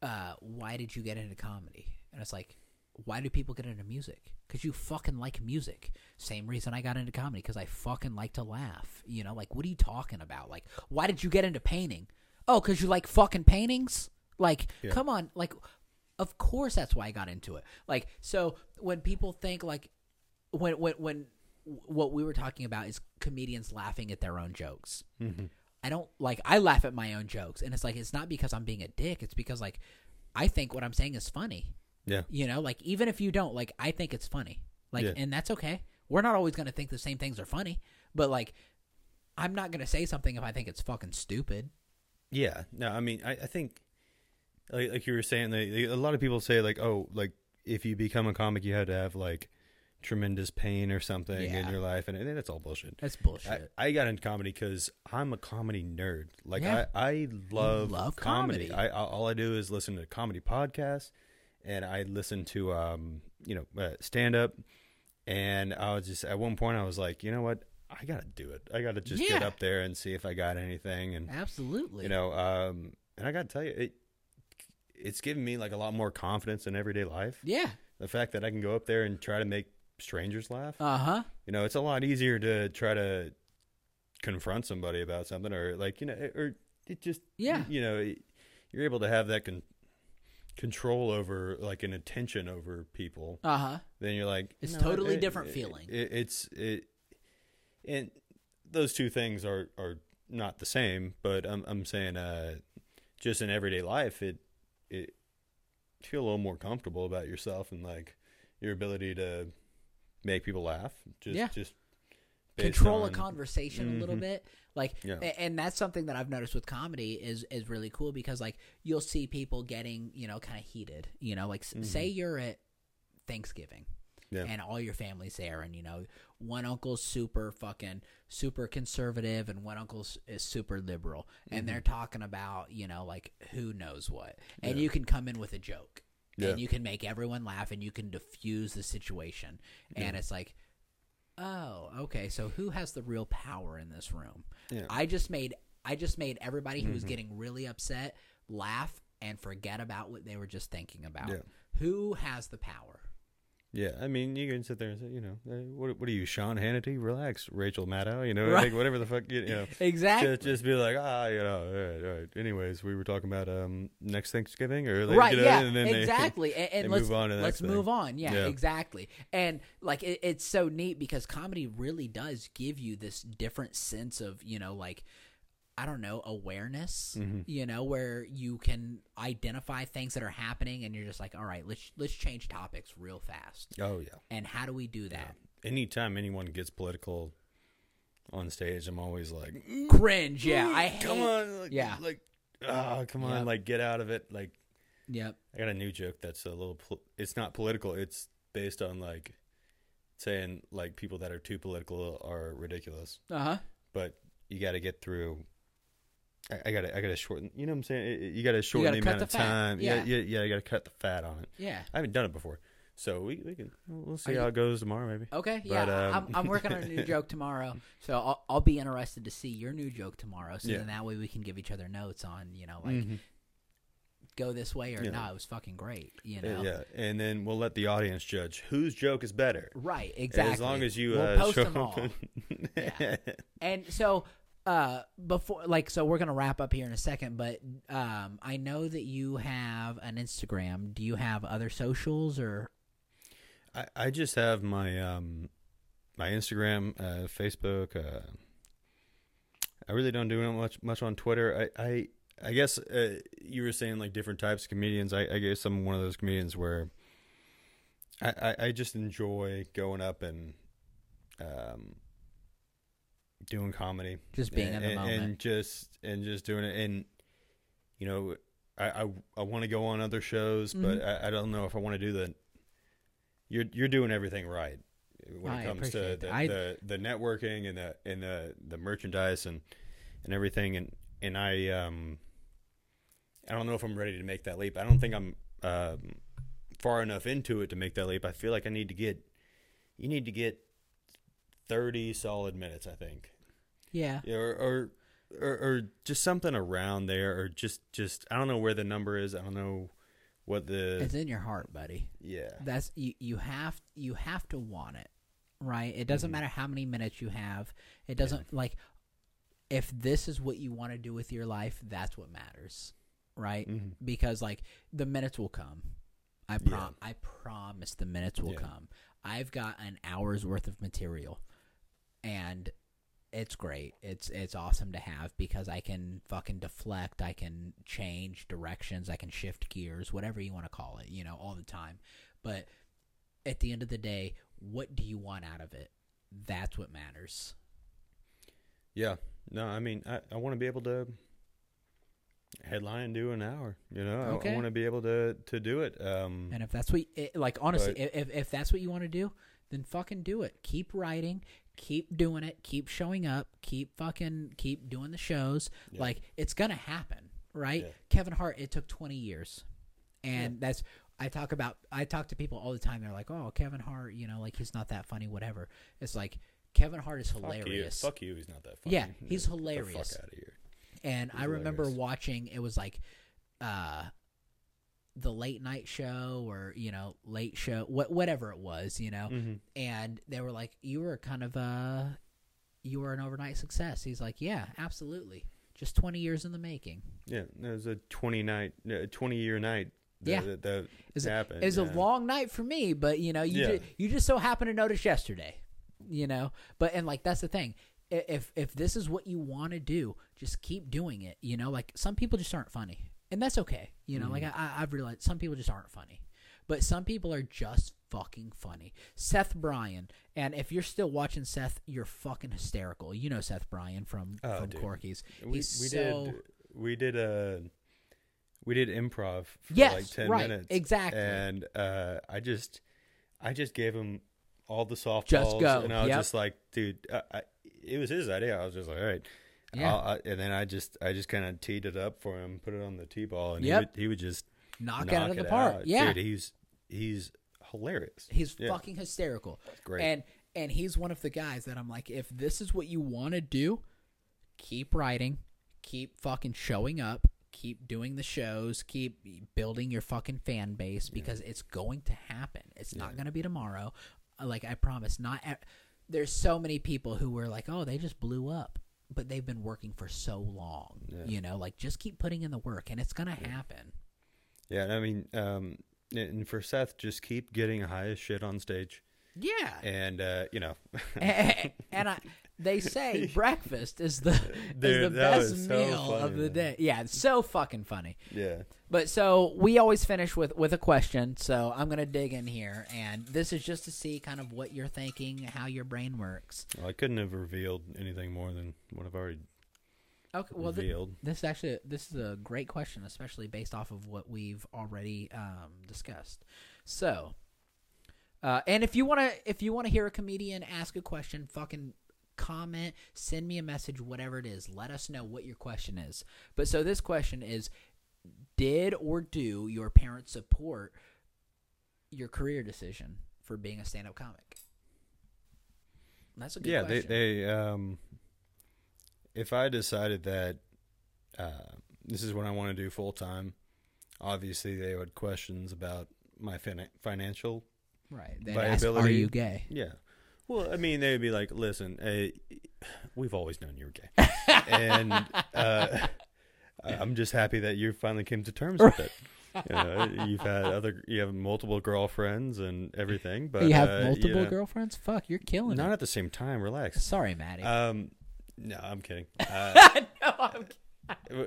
S1: uh, "Why did you get into comedy?" And it's like, "Why do people get into music?" Because you fucking like music. Same reason I got into comedy because I fucking like to laugh. You know, like what are you talking about? Like, why did you get into painting? Oh, because you like fucking paintings. Like,
S2: Yeah.
S1: come on, like of course that's why I got into it. Like so when people think like when when when what we were talking about is comedians laughing at their own jokes.
S2: Mm-hmm.
S1: I don't like I laugh at my own jokes and it's like it's not because I'm being a dick, it's because like I think what I'm saying is funny.
S2: yeah
S1: You know, like even if you don't like I think it's funny. Like
S2: Yeah.
S1: and that's okay. We're not always going to think the same things are funny, but like I'm not going to say something if I think it's fucking stupid.
S2: yeah no i mean i, I think like, like you were saying they, they, a lot of people say like oh like if you become a comic you had to have like tremendous pain or something in
S1: Yeah.
S2: your life and, and that's all bullshit
S1: That's bullshit.
S2: I, I got into comedy because I'm a comedy nerd. Like
S1: Yeah.
S2: I, I love,
S1: love comedy.
S2: comedy. I, I all I do is listen to comedy podcasts, and I listen to um you know uh, stand up. And I was just at one point I was like, you know what, I gotta do it. I gotta just get
S1: Yeah.
S2: up there and see if I got anything. And
S1: Absolutely.
S2: you know, um, and I gotta tell you, it it's given me like a lot more confidence in everyday life.
S1: yeah.
S2: The fact that I can go up there and try to make strangers laugh
S1: Uh-huh.
S2: you know, it's a lot easier to try to confront somebody about something or like, you know, or it just,
S1: Yeah.
S2: you know, you're able to have that con- control over like an attention over people.
S1: Uh-huh.
S2: Then you're like,
S1: It's totally different feeling.
S2: It, it's it, and those two things are, are not the same, but I'm, I'm saying, uh, just in everyday life, it, it you feel a little more comfortable about yourself and like your ability to make people laugh. Just,
S1: Yeah.
S2: just based
S1: control a
S2: on- Mm-hmm.
S1: conversation a little bit like
S2: Yeah.
S1: a- and that's something that i've noticed with comedy is is really cool because like you'll see people getting you know kind of heated you know like s say you're at thanksgiving
S2: Mm-hmm. Yeah.
S1: and all your family's there and you know one uncle's super fucking super conservative and one uncle is super liberal and
S2: Mm-hmm.
S1: they're talking about you know like who knows what and you can come in with a joke
S2: Yeah.
S1: and you can make everyone laugh and you can diffuse the situation and it's like Oh, okay. So who has the real power in this room?
S2: Yeah. Mm-hmm.
S1: I just made I just made everybody who was getting really upset laugh and forget about what they were just thinking about.
S2: Yeah.
S1: Who has the power?
S2: Yeah, I mean, you can sit there and say, you know, eh, what, what are you, Sean Hannity? Relax, Rachel Maddow. You know,
S1: Right.
S2: like whatever the fuck, you, you know.
S1: (laughs) Exactly.
S2: Just, just be like, ah, you know, all right, all right. Anyways, we were talking about um next Thanksgiving or like,
S1: right?
S2: you know,
S1: yeah.
S2: and then they- (laughs)
S1: exactly. and and
S2: they
S1: let's
S2: move on to the
S1: let's
S2: next thing.
S1: move on. Yeah,
S2: Yeah.
S1: Exactly. And like it, it's so neat because comedy really does give you this different sense of you know like. I don't know, awareness,
S2: Mm-hmm.
S1: you know, where you can identify things that are happening and you're just like, all right, let's let's change topics real fast.
S2: Oh yeah.
S1: And how do we do that?
S2: Anytime anyone gets political on stage, I'm always like,
S1: Cringe, yeah. I hate,
S2: come on, like,
S1: yeah.
S2: like, ah, come on,
S1: Yep.
S2: like get out of it. Like,
S1: Yep.
S2: I got a new joke that's a little. Pol- it's not political. It's based on like saying like people that are too political are ridiculous,
S1: Uh huh.
S2: but you got to get through. I, I gotta, I gotta shorten. You know what I'm saying? I- I- You gotta shorten
S1: gotta
S2: the
S1: cut
S2: amount
S1: the
S2: of
S1: fat,
S2: time. Yeah,
S1: yeah.
S2: yeah, yeah. You gotta cut the fat on it.
S1: Yeah.
S2: I haven't done it before, so we we can we'll we'll see
S1: Are
S2: how
S1: you- Oh,
S2: it goes tomorrow, maybe.
S1: Okay. Yeah.
S2: But,
S1: I-
S2: um,
S1: I'm, I'm working on a new
S2: (laughs)
S1: joke tomorrow, so I'll, I'll be interested to see your new joke tomorrow. So
S2: Yeah. Mm-hmm.
S1: then that way we can give each other notes on you know like go this way or
S2: Yeah.
S1: no, it was fucking great. You
S2: Uh,
S1: know.
S2: Yeah, and then we'll let the audience judge whose joke is better.
S1: Right.
S2: And
S1: Exactly.
S2: As long as you
S1: we'll
S2: uh,
S1: post
S2: show
S1: them
S2: (laughs)
S1: all. And so uh before like so we're going to wrap up here in a second but um I know that you have an Instagram. Do you have other socials or
S2: I, I just have my um my Instagram, uh, Facebook. Uh, I really don't do much much on Twitter. I I, I guess uh, you were saying like different types of comedians. I, I guess I'm one of those comedians where I, I, I just enjoy going up and um doing comedy.
S1: just being
S2: and,
S1: in the
S2: and-
S1: moment?
S2: and just and just doing it and you know i i, I want to go on other shows but
S1: Mm-hmm.
S2: I, I don't know if i want to do the you're you're doing everything right when
S1: I
S2: it comes to
S1: appreciate
S2: the,
S1: that. I-
S2: the the networking and the and the the merchandise and and everything and and i um i don't know if i'm ready to make that leap i don't think i'm um far enough into it to make that leap i feel like i need to get you need to get 30 solid minutes i
S1: (laughs)
S2: think
S1: yeah.
S2: yeah, or, or or or just something around there, or just just I don't know where the number is. I don't know what the
S1: It's in your heart, buddy.
S2: yeah
S1: that's you, you have you have to want it right it doesn't matter how many minutes you have it doesn't like if this is what you want to do with your life that's what matters right
S2: Mhm.
S1: because like the minutes will come i
S2: Yeah.
S1: prom i promise the minutes will
S2: Yeah.
S1: come i've got an hour's worth of material and it's great it's it's awesome to have because i can fucking deflect i can change directions i can shift gears whatever you want to call it you know all the time but at the end of the day, what do you want out of it? That's what matters.
S2: yeah. No, I mean I, I want to be able to headline and do an hour. You know, I- I,
S1: Okay.
S2: want to be able to to do it. Um,
S1: And if that's what, it, like, honestly,
S2: Right.
S1: if, if that's what you want to do, then fucking do it. Keep writing, keep doing it, keep showing up, keep fucking, keep doing the shows.
S2: Yeah.
S1: Like, it's going to happen, right?
S2: Yeah.
S1: Kevin Hart, it took 20 years. And that's, I talk about, I talk to people all the time. They're like, oh, Kevin Hart, you know, like, he's not that funny, whatever. It's like, Kevin Hart is
S2: fuck
S1: hilarious.
S2: you, fuck you. He's not that funny.
S1: Yeah, he's
S2: Get the
S1: hilarious.
S2: fuck out of here.
S1: And I
S2: He's
S1: remember
S2: hilarious.
S1: watching it was like uh the late night show or you know late show what whatever it was, you know.
S2: Mhm.
S1: And they were like you were kind of a you were an overnight success. He's like, "Yeah, absolutely. Just 20 years in the making."
S2: Yeah, it was a twenty night, uh, twenty year night. That,
S1: Yeah.
S2: that, that
S1: It's a-
S2: happened.
S1: It was a
S2: yeah.
S1: long night for me, but you know, you
S2: uh, Yeah.
S1: ju- you just so happened to notice yesterday, you know. But and like that's the thing. I- If if this is what you want to do, just keep doing it. You know, like some people just aren't funny, and that's okay. You know, like
S2: Mm-hmm.
S1: I- I, I've realized some people just aren't funny, but some people are just fucking funny. Seth Bryan, and if you're still watching Seth, you're fucking hysterical. You know Seth Bryan from
S2: Oh,
S1: from
S2: dude.
S1: Corky's.
S2: we, we
S1: He's so
S2: did we did a we did improv for
S1: Yes,
S2: like 10
S1: right,
S2: minutes
S1: exactly.
S2: and uh i just i just gave him all the softballs
S1: go,
S2: and i was
S1: yep.
S2: just like dude I, I, it was his idea i was just like all right
S1: Yeah.
S2: I'll- I, and then i just i just kind of teed it up for him put it on the tee ball and
S1: Yep.
S2: he, would, he would just
S1: knock,
S2: knock
S1: it out of the park.
S2: out.
S1: Yeah,
S2: dude he's he's hilarious
S1: He's
S2: Yeah.
S1: fucking hysterical.
S2: great.
S1: And and he's one of the guys that I'm like, if this is what you want to do, keep writing, keep fucking showing up, keep doing the shows, keep building your fucking fan base because it's going to happen. It's not going to be tomorrow. Uh, Like I promise, not e- there's so many people who were like, "Oh, they just blew up." But they've been working for so long, you know. Like, just keep putting in the work, and it's gonna happen.
S2: yeah and i mean um and for seth just keep getting high as shit on stage
S1: Yeah,
S2: and uh you know (laughs)
S1: (laughs) and I, they say breakfast is the is the
S2: Dude, that
S1: best
S2: was so
S1: meal
S2: funny,
S1: of the
S2: man.
S1: day. Yeah, it's so fucking funny.
S2: yeah
S1: But so we always finish with with a question. So I'm gonna dig in here, and this is just to see kind of what you're thinking, how your brain works.
S2: Well, I couldn't have revealed anything more than what I've already
S1: Okay, well, thi-
S2: revealed.
S1: this actually this is a great question, especially based off of what we've already um, discussed. So, Uh, and if you want to, if you want to hear a comedian ask a question, fucking comment, send me a message, whatever it is. Let us know what your question is. But so this question is: Did or do your parents support your career decision for being a stand-up comic? That's a good
S2: yeah,
S1: question.
S2: they they um, if I decided that uh, this is what I want to do full time, obviously they would questions about my fin- financial.
S1: right. They'd ask, Are
S2: viability-
S1: you gay?
S2: Yeah. Well, I mean, they would be like, "Listen, uh, we've always known you were gay, and uh, I- I'm just happy that you finally came to terms with it." You know, you've had other, you have multiple girlfriends and everything, but
S1: you have
S2: uh,
S1: multiple
S2: know,
S1: girlfriends? Fuck, you're killing
S2: Not
S1: it.
S2: at the same time. Relax.
S1: Sorry, Maddie.
S2: Um, no,
S1: (laughs)
S2: I'm kidding. Uh,
S1: no, I'm,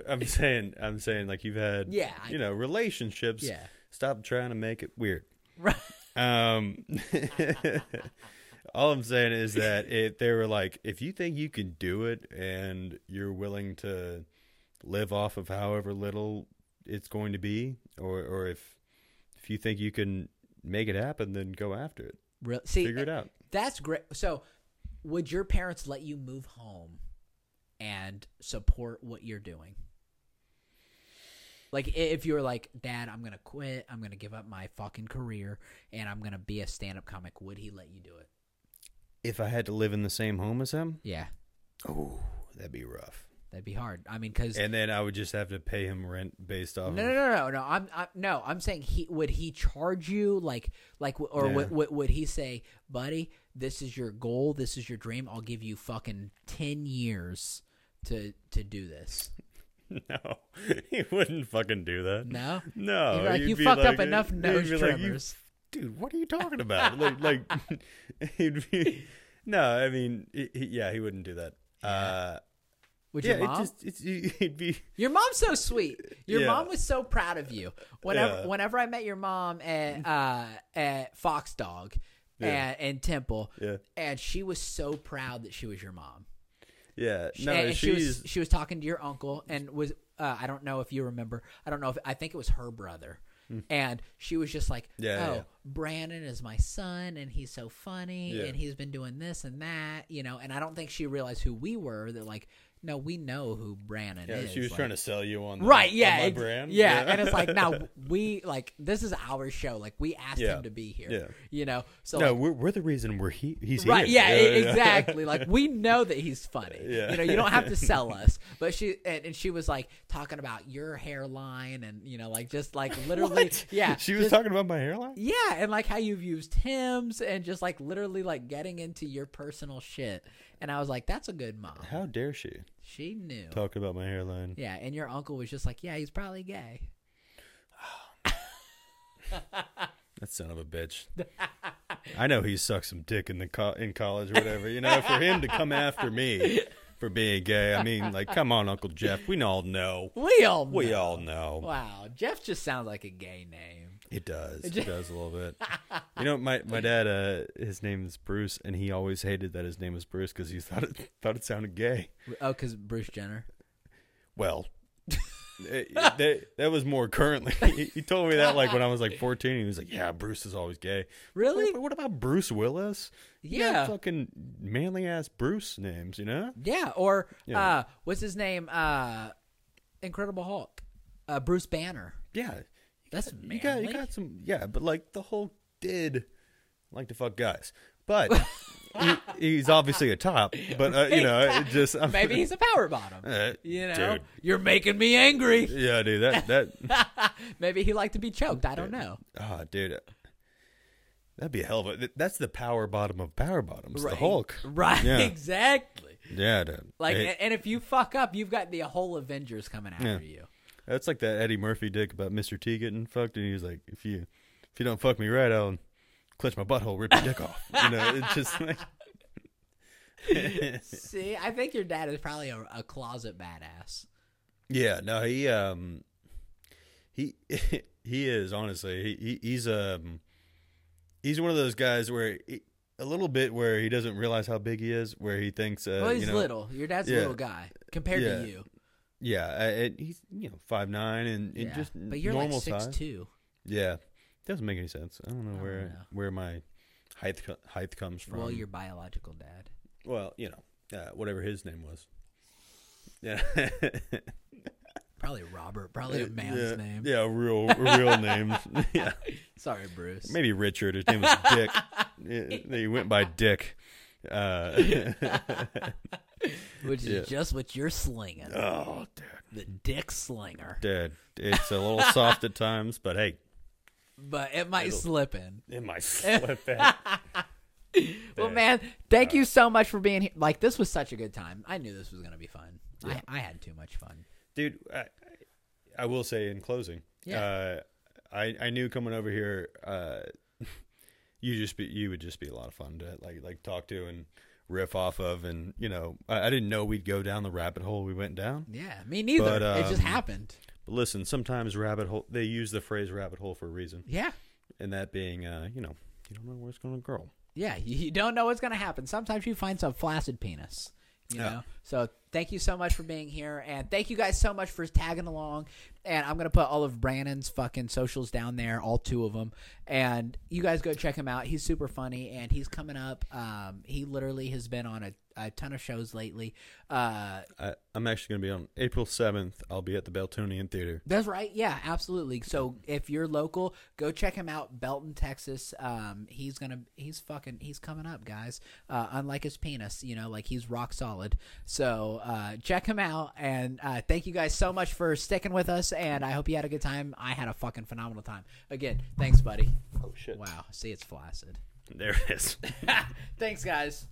S2: I'm saying, I'm saying, like you've had,
S1: Yeah, I-
S2: you know, relationships.
S1: Yeah.
S2: Stop trying to make it weird.
S1: Right.
S2: Um, (laughs) all I'm saying is that if they were like, if you think you can do it and you're willing to live off of however little it's going to be, or or if if you think you can make it happen, then go after it.
S1: real, see, uh,
S2: Figure it out.
S1: That's great. So, would your parents let you move home and support what you're doing? Like, i- if you were like, Dad, I'm going to quit. I'm going to give up my fucking career and I'm going to be a stand up comic, would he let you do it? e,
S2: If I had to live in the same home as him,
S1: Yeah.
S2: oh, that'd be rough.
S1: That'd be hard. I mean, because.
S2: And then I would just have to pay him rent based off.
S1: No,
S2: of,
S1: no, no, no, no. I'm, I'm no. I'm saying he would he charge you like like w- or
S2: Yeah.
S1: would, would would he say, buddy, this is your goal, this is your dream. I'll give you fucking ten years to to do this.
S2: (laughs) No, he wouldn't fucking do that. (laughs)
S1: No,
S2: No,
S1: You're like,
S2: he'd
S1: you
S2: Oh, be
S1: fucked up
S2: like-
S1: enough
S2: he'd be
S1: nose
S2: like, "You-
S1: trimmers.
S2: (laughs) dude. What are you talking about? like, (laughs) like he'd be. (laughs) No, I mean, he- he- yeah, he wouldn't do that. Uh,
S1: Would
S2: yeah,
S1: your mom?
S2: it just it's, he'd be.
S1: Your mom's so sweet. Your
S2: Yeah.
S1: mom was so proud of you. Whenever
S2: Yeah. Mm-hmm.
S1: whenever I met your mom at uh, at Fox Dog
S2: Yeah.
S1: and, and Temple,
S2: Yeah.
S1: and she was so proud that she was your mom.
S2: Yeah,
S1: She-
S2: no,
S1: and
S2: she's
S1: she was she was talking to your uncle and was uh, I don't know if you remember. I don't know if I think it was her brother. And she was just like,
S2: Hmm. Yeah,
S1: "Oh,
S2: yeah.
S1: Brandon is my son, and he's so funny,
S2: Yeah.
S1: and he's been doing this and that, you know." And I don't think she realized who we were. That like, no, we know who Brandon
S2: yeah,
S1: is.
S2: she was
S1: like-
S2: trying to sell you on
S1: (laughs)
S2: the,
S1: right
S2: on
S1: yeah
S2: my
S1: ex-
S2: brand
S1: yeah. and it's like now we like this is our show like we asked
S2: Yeah.
S1: him to be here
S2: Yeah.
S1: you know so
S2: (laughs) no,
S1: like,
S2: we're, we're the reason we're he he's
S1: right
S2: here.
S1: yeah, e- exactly like
S2: (laughs)
S1: we know that he's funny
S2: Yeah.
S1: you know you don't have to
S2: (laughs)
S1: sell us but she and, and she was like talking about your hairline and you know like just like literally yeah
S2: (laughs) she was talking about my hairline.
S1: yeah and like how you've used hymns and just like literally like getting into your personal shit and i was like that's a good mom
S2: How dare she
S1: she knew
S2: talk about my hairline?
S1: yeah and your uncle was just like yeah he's probably gay
S2: That son of a bitch. I know he sucked some dick in the co- in college, or whatever. You know, for him to come after me for being gay, I mean, like, come on, Uncle Jeff. We all know.
S1: we all know.
S2: We all know.
S1: Wow, Jeff just sounds like a gay name.
S2: It does. It does a little bit. You know, my my dad, uh, his name is Bruce, and he always hated that his name was Bruce because he thought it thought it sounded gay.
S1: Oh, because Bruce Jenner.
S2: Well. it- it- that, that was more currently. (laughs) He, he told me that like when I was like 14. He was like, "Yeah, Bruce is always gay."
S1: Really?
S2: What, what about Bruce Willis? You got
S1: Yeah.
S2: fucking manly ass Bruce names, you know?
S1: Yeah. Or
S2: Yeah.
S1: uh, what's his name? Uh, Incredible Hulk. Uh, Bruce Banner.
S2: Yeah.
S1: That's
S2: You got
S1: manly.
S2: you got some yeah, but like the whole did like to fuck guys.
S1: (laughs)
S2: But he, he's obviously a top, but uh, you know,
S1: (laughs)
S2: it just I'm,
S1: Maybe he's a power bottom.
S2: (laughs) uh,
S1: you know,
S2: dude.
S1: you're making me angry. (laughs)
S2: Yeah, dude, that that
S1: Maybe he liked to be choked. I don't know.
S2: ah, dude. That'd be a hell of a. That's the power bottom of power bottoms. The Hulk.
S1: Right.
S2: Yeah.
S1: (laughs) Exactly.
S2: Yeah, dude.
S1: Like,
S2: Hey,
S1: and if you fuck up, you've got the whole Avengers coming after
S2: Yeah.
S1: you.
S2: That's like that Eddie Murphy dick about Mr. T getting fucked, and he was like, "If you, if you don't fuck me right, I'll clench my butthole, rip your dick off." You know, it's just (laughs) like,
S1: See, I think your dad is probably a, a closet
S2: Uh,
S1: badass.
S2: yeah, no, he, um, he, (laughs) he is honestly, he, he he's um, he's one of those guys where he, a little bit where he doesn't realize how big he is, where he thinks, uh,
S1: well, he's
S2: you know,
S1: little. Your dad's a
S2: yeah.
S1: little guy compared
S2: Yeah.
S1: to you.
S2: yeah, uh, and he's you know five nine and, and
S1: Yeah.
S2: just
S1: but you're
S2: normal
S1: like six
S2: size,
S1: two.
S2: yeah, doesn't make any sense. I don't know where
S1: know.
S2: where my height co- height comes from.
S1: well, your biological dad.
S2: well, you know, uh, whatever his name was. (laughs) Yeah,
S1: Probably Robert. Probably a man's
S2: yeah,
S1: name.
S2: Yeah, real real names. (laughs) yeah,
S1: Sorry, Bruce.
S2: maybe Richard. His name was Dick. yeah, they went by Dick. Uh,
S1: Which is
S2: yeah.
S1: just what you're slinging.
S2: oh, Dad,
S1: the dick slinger.
S2: Dad, it's a little soft at times, but hey,
S1: But it might slip in.
S2: it might slip in.
S1: Well, man, thank you so much for being here. Like, this was such a good time. I knew this was going to be fun. I, I had too much fun.
S2: dude I, I will say in closing
S1: Yeah.
S2: uh, I, I knew coming over here uh, (laughs) you just be you would just be a lot of fun to like like talk to and riff off of and you know I, I didn't know we'd go down the rabbit hole we went down
S1: Yeah, me neither.
S2: But,
S1: it just
S2: um,
S1: happened.
S2: but listen sometimes rabbit hole they use the phrase rabbit hole for a reason
S1: Yeah.
S2: and that being uh, you know you don't know where it's going to grow
S1: Yeah, you you don't know what's going to happen. Sometimes you find some flaccid penis, you know.
S2: Yeah.
S1: So thank you so much for being here, and thank you guys so much for tagging along. And I'm gonna put all of Brandon's fucking socials down there, all two of them, and you guys go check him out. He's super funny, and he's coming up. Um, he literally has been on a, a ton of shows lately. Uh,
S2: I, I'm actually going to be on April 7th I'll be at the Beltonian Theater
S1: that's right. Yeah, absolutely. So if you're local, go check him out, Belton, Texas. Um, he's gonna, he's fucking, he's coming up, guys. Uh, unlike his penis, you know, like he's rock solid. So uh, check him out, and uh, thank you guys so much for sticking with us. And I hope you had a good time. I had a fucking phenomenal time. Again, thanks, buddy.
S2: oh shit
S1: Wow, see, it's
S2: (laughs)
S1: flaccid.
S2: there it is
S1: thanks, guys.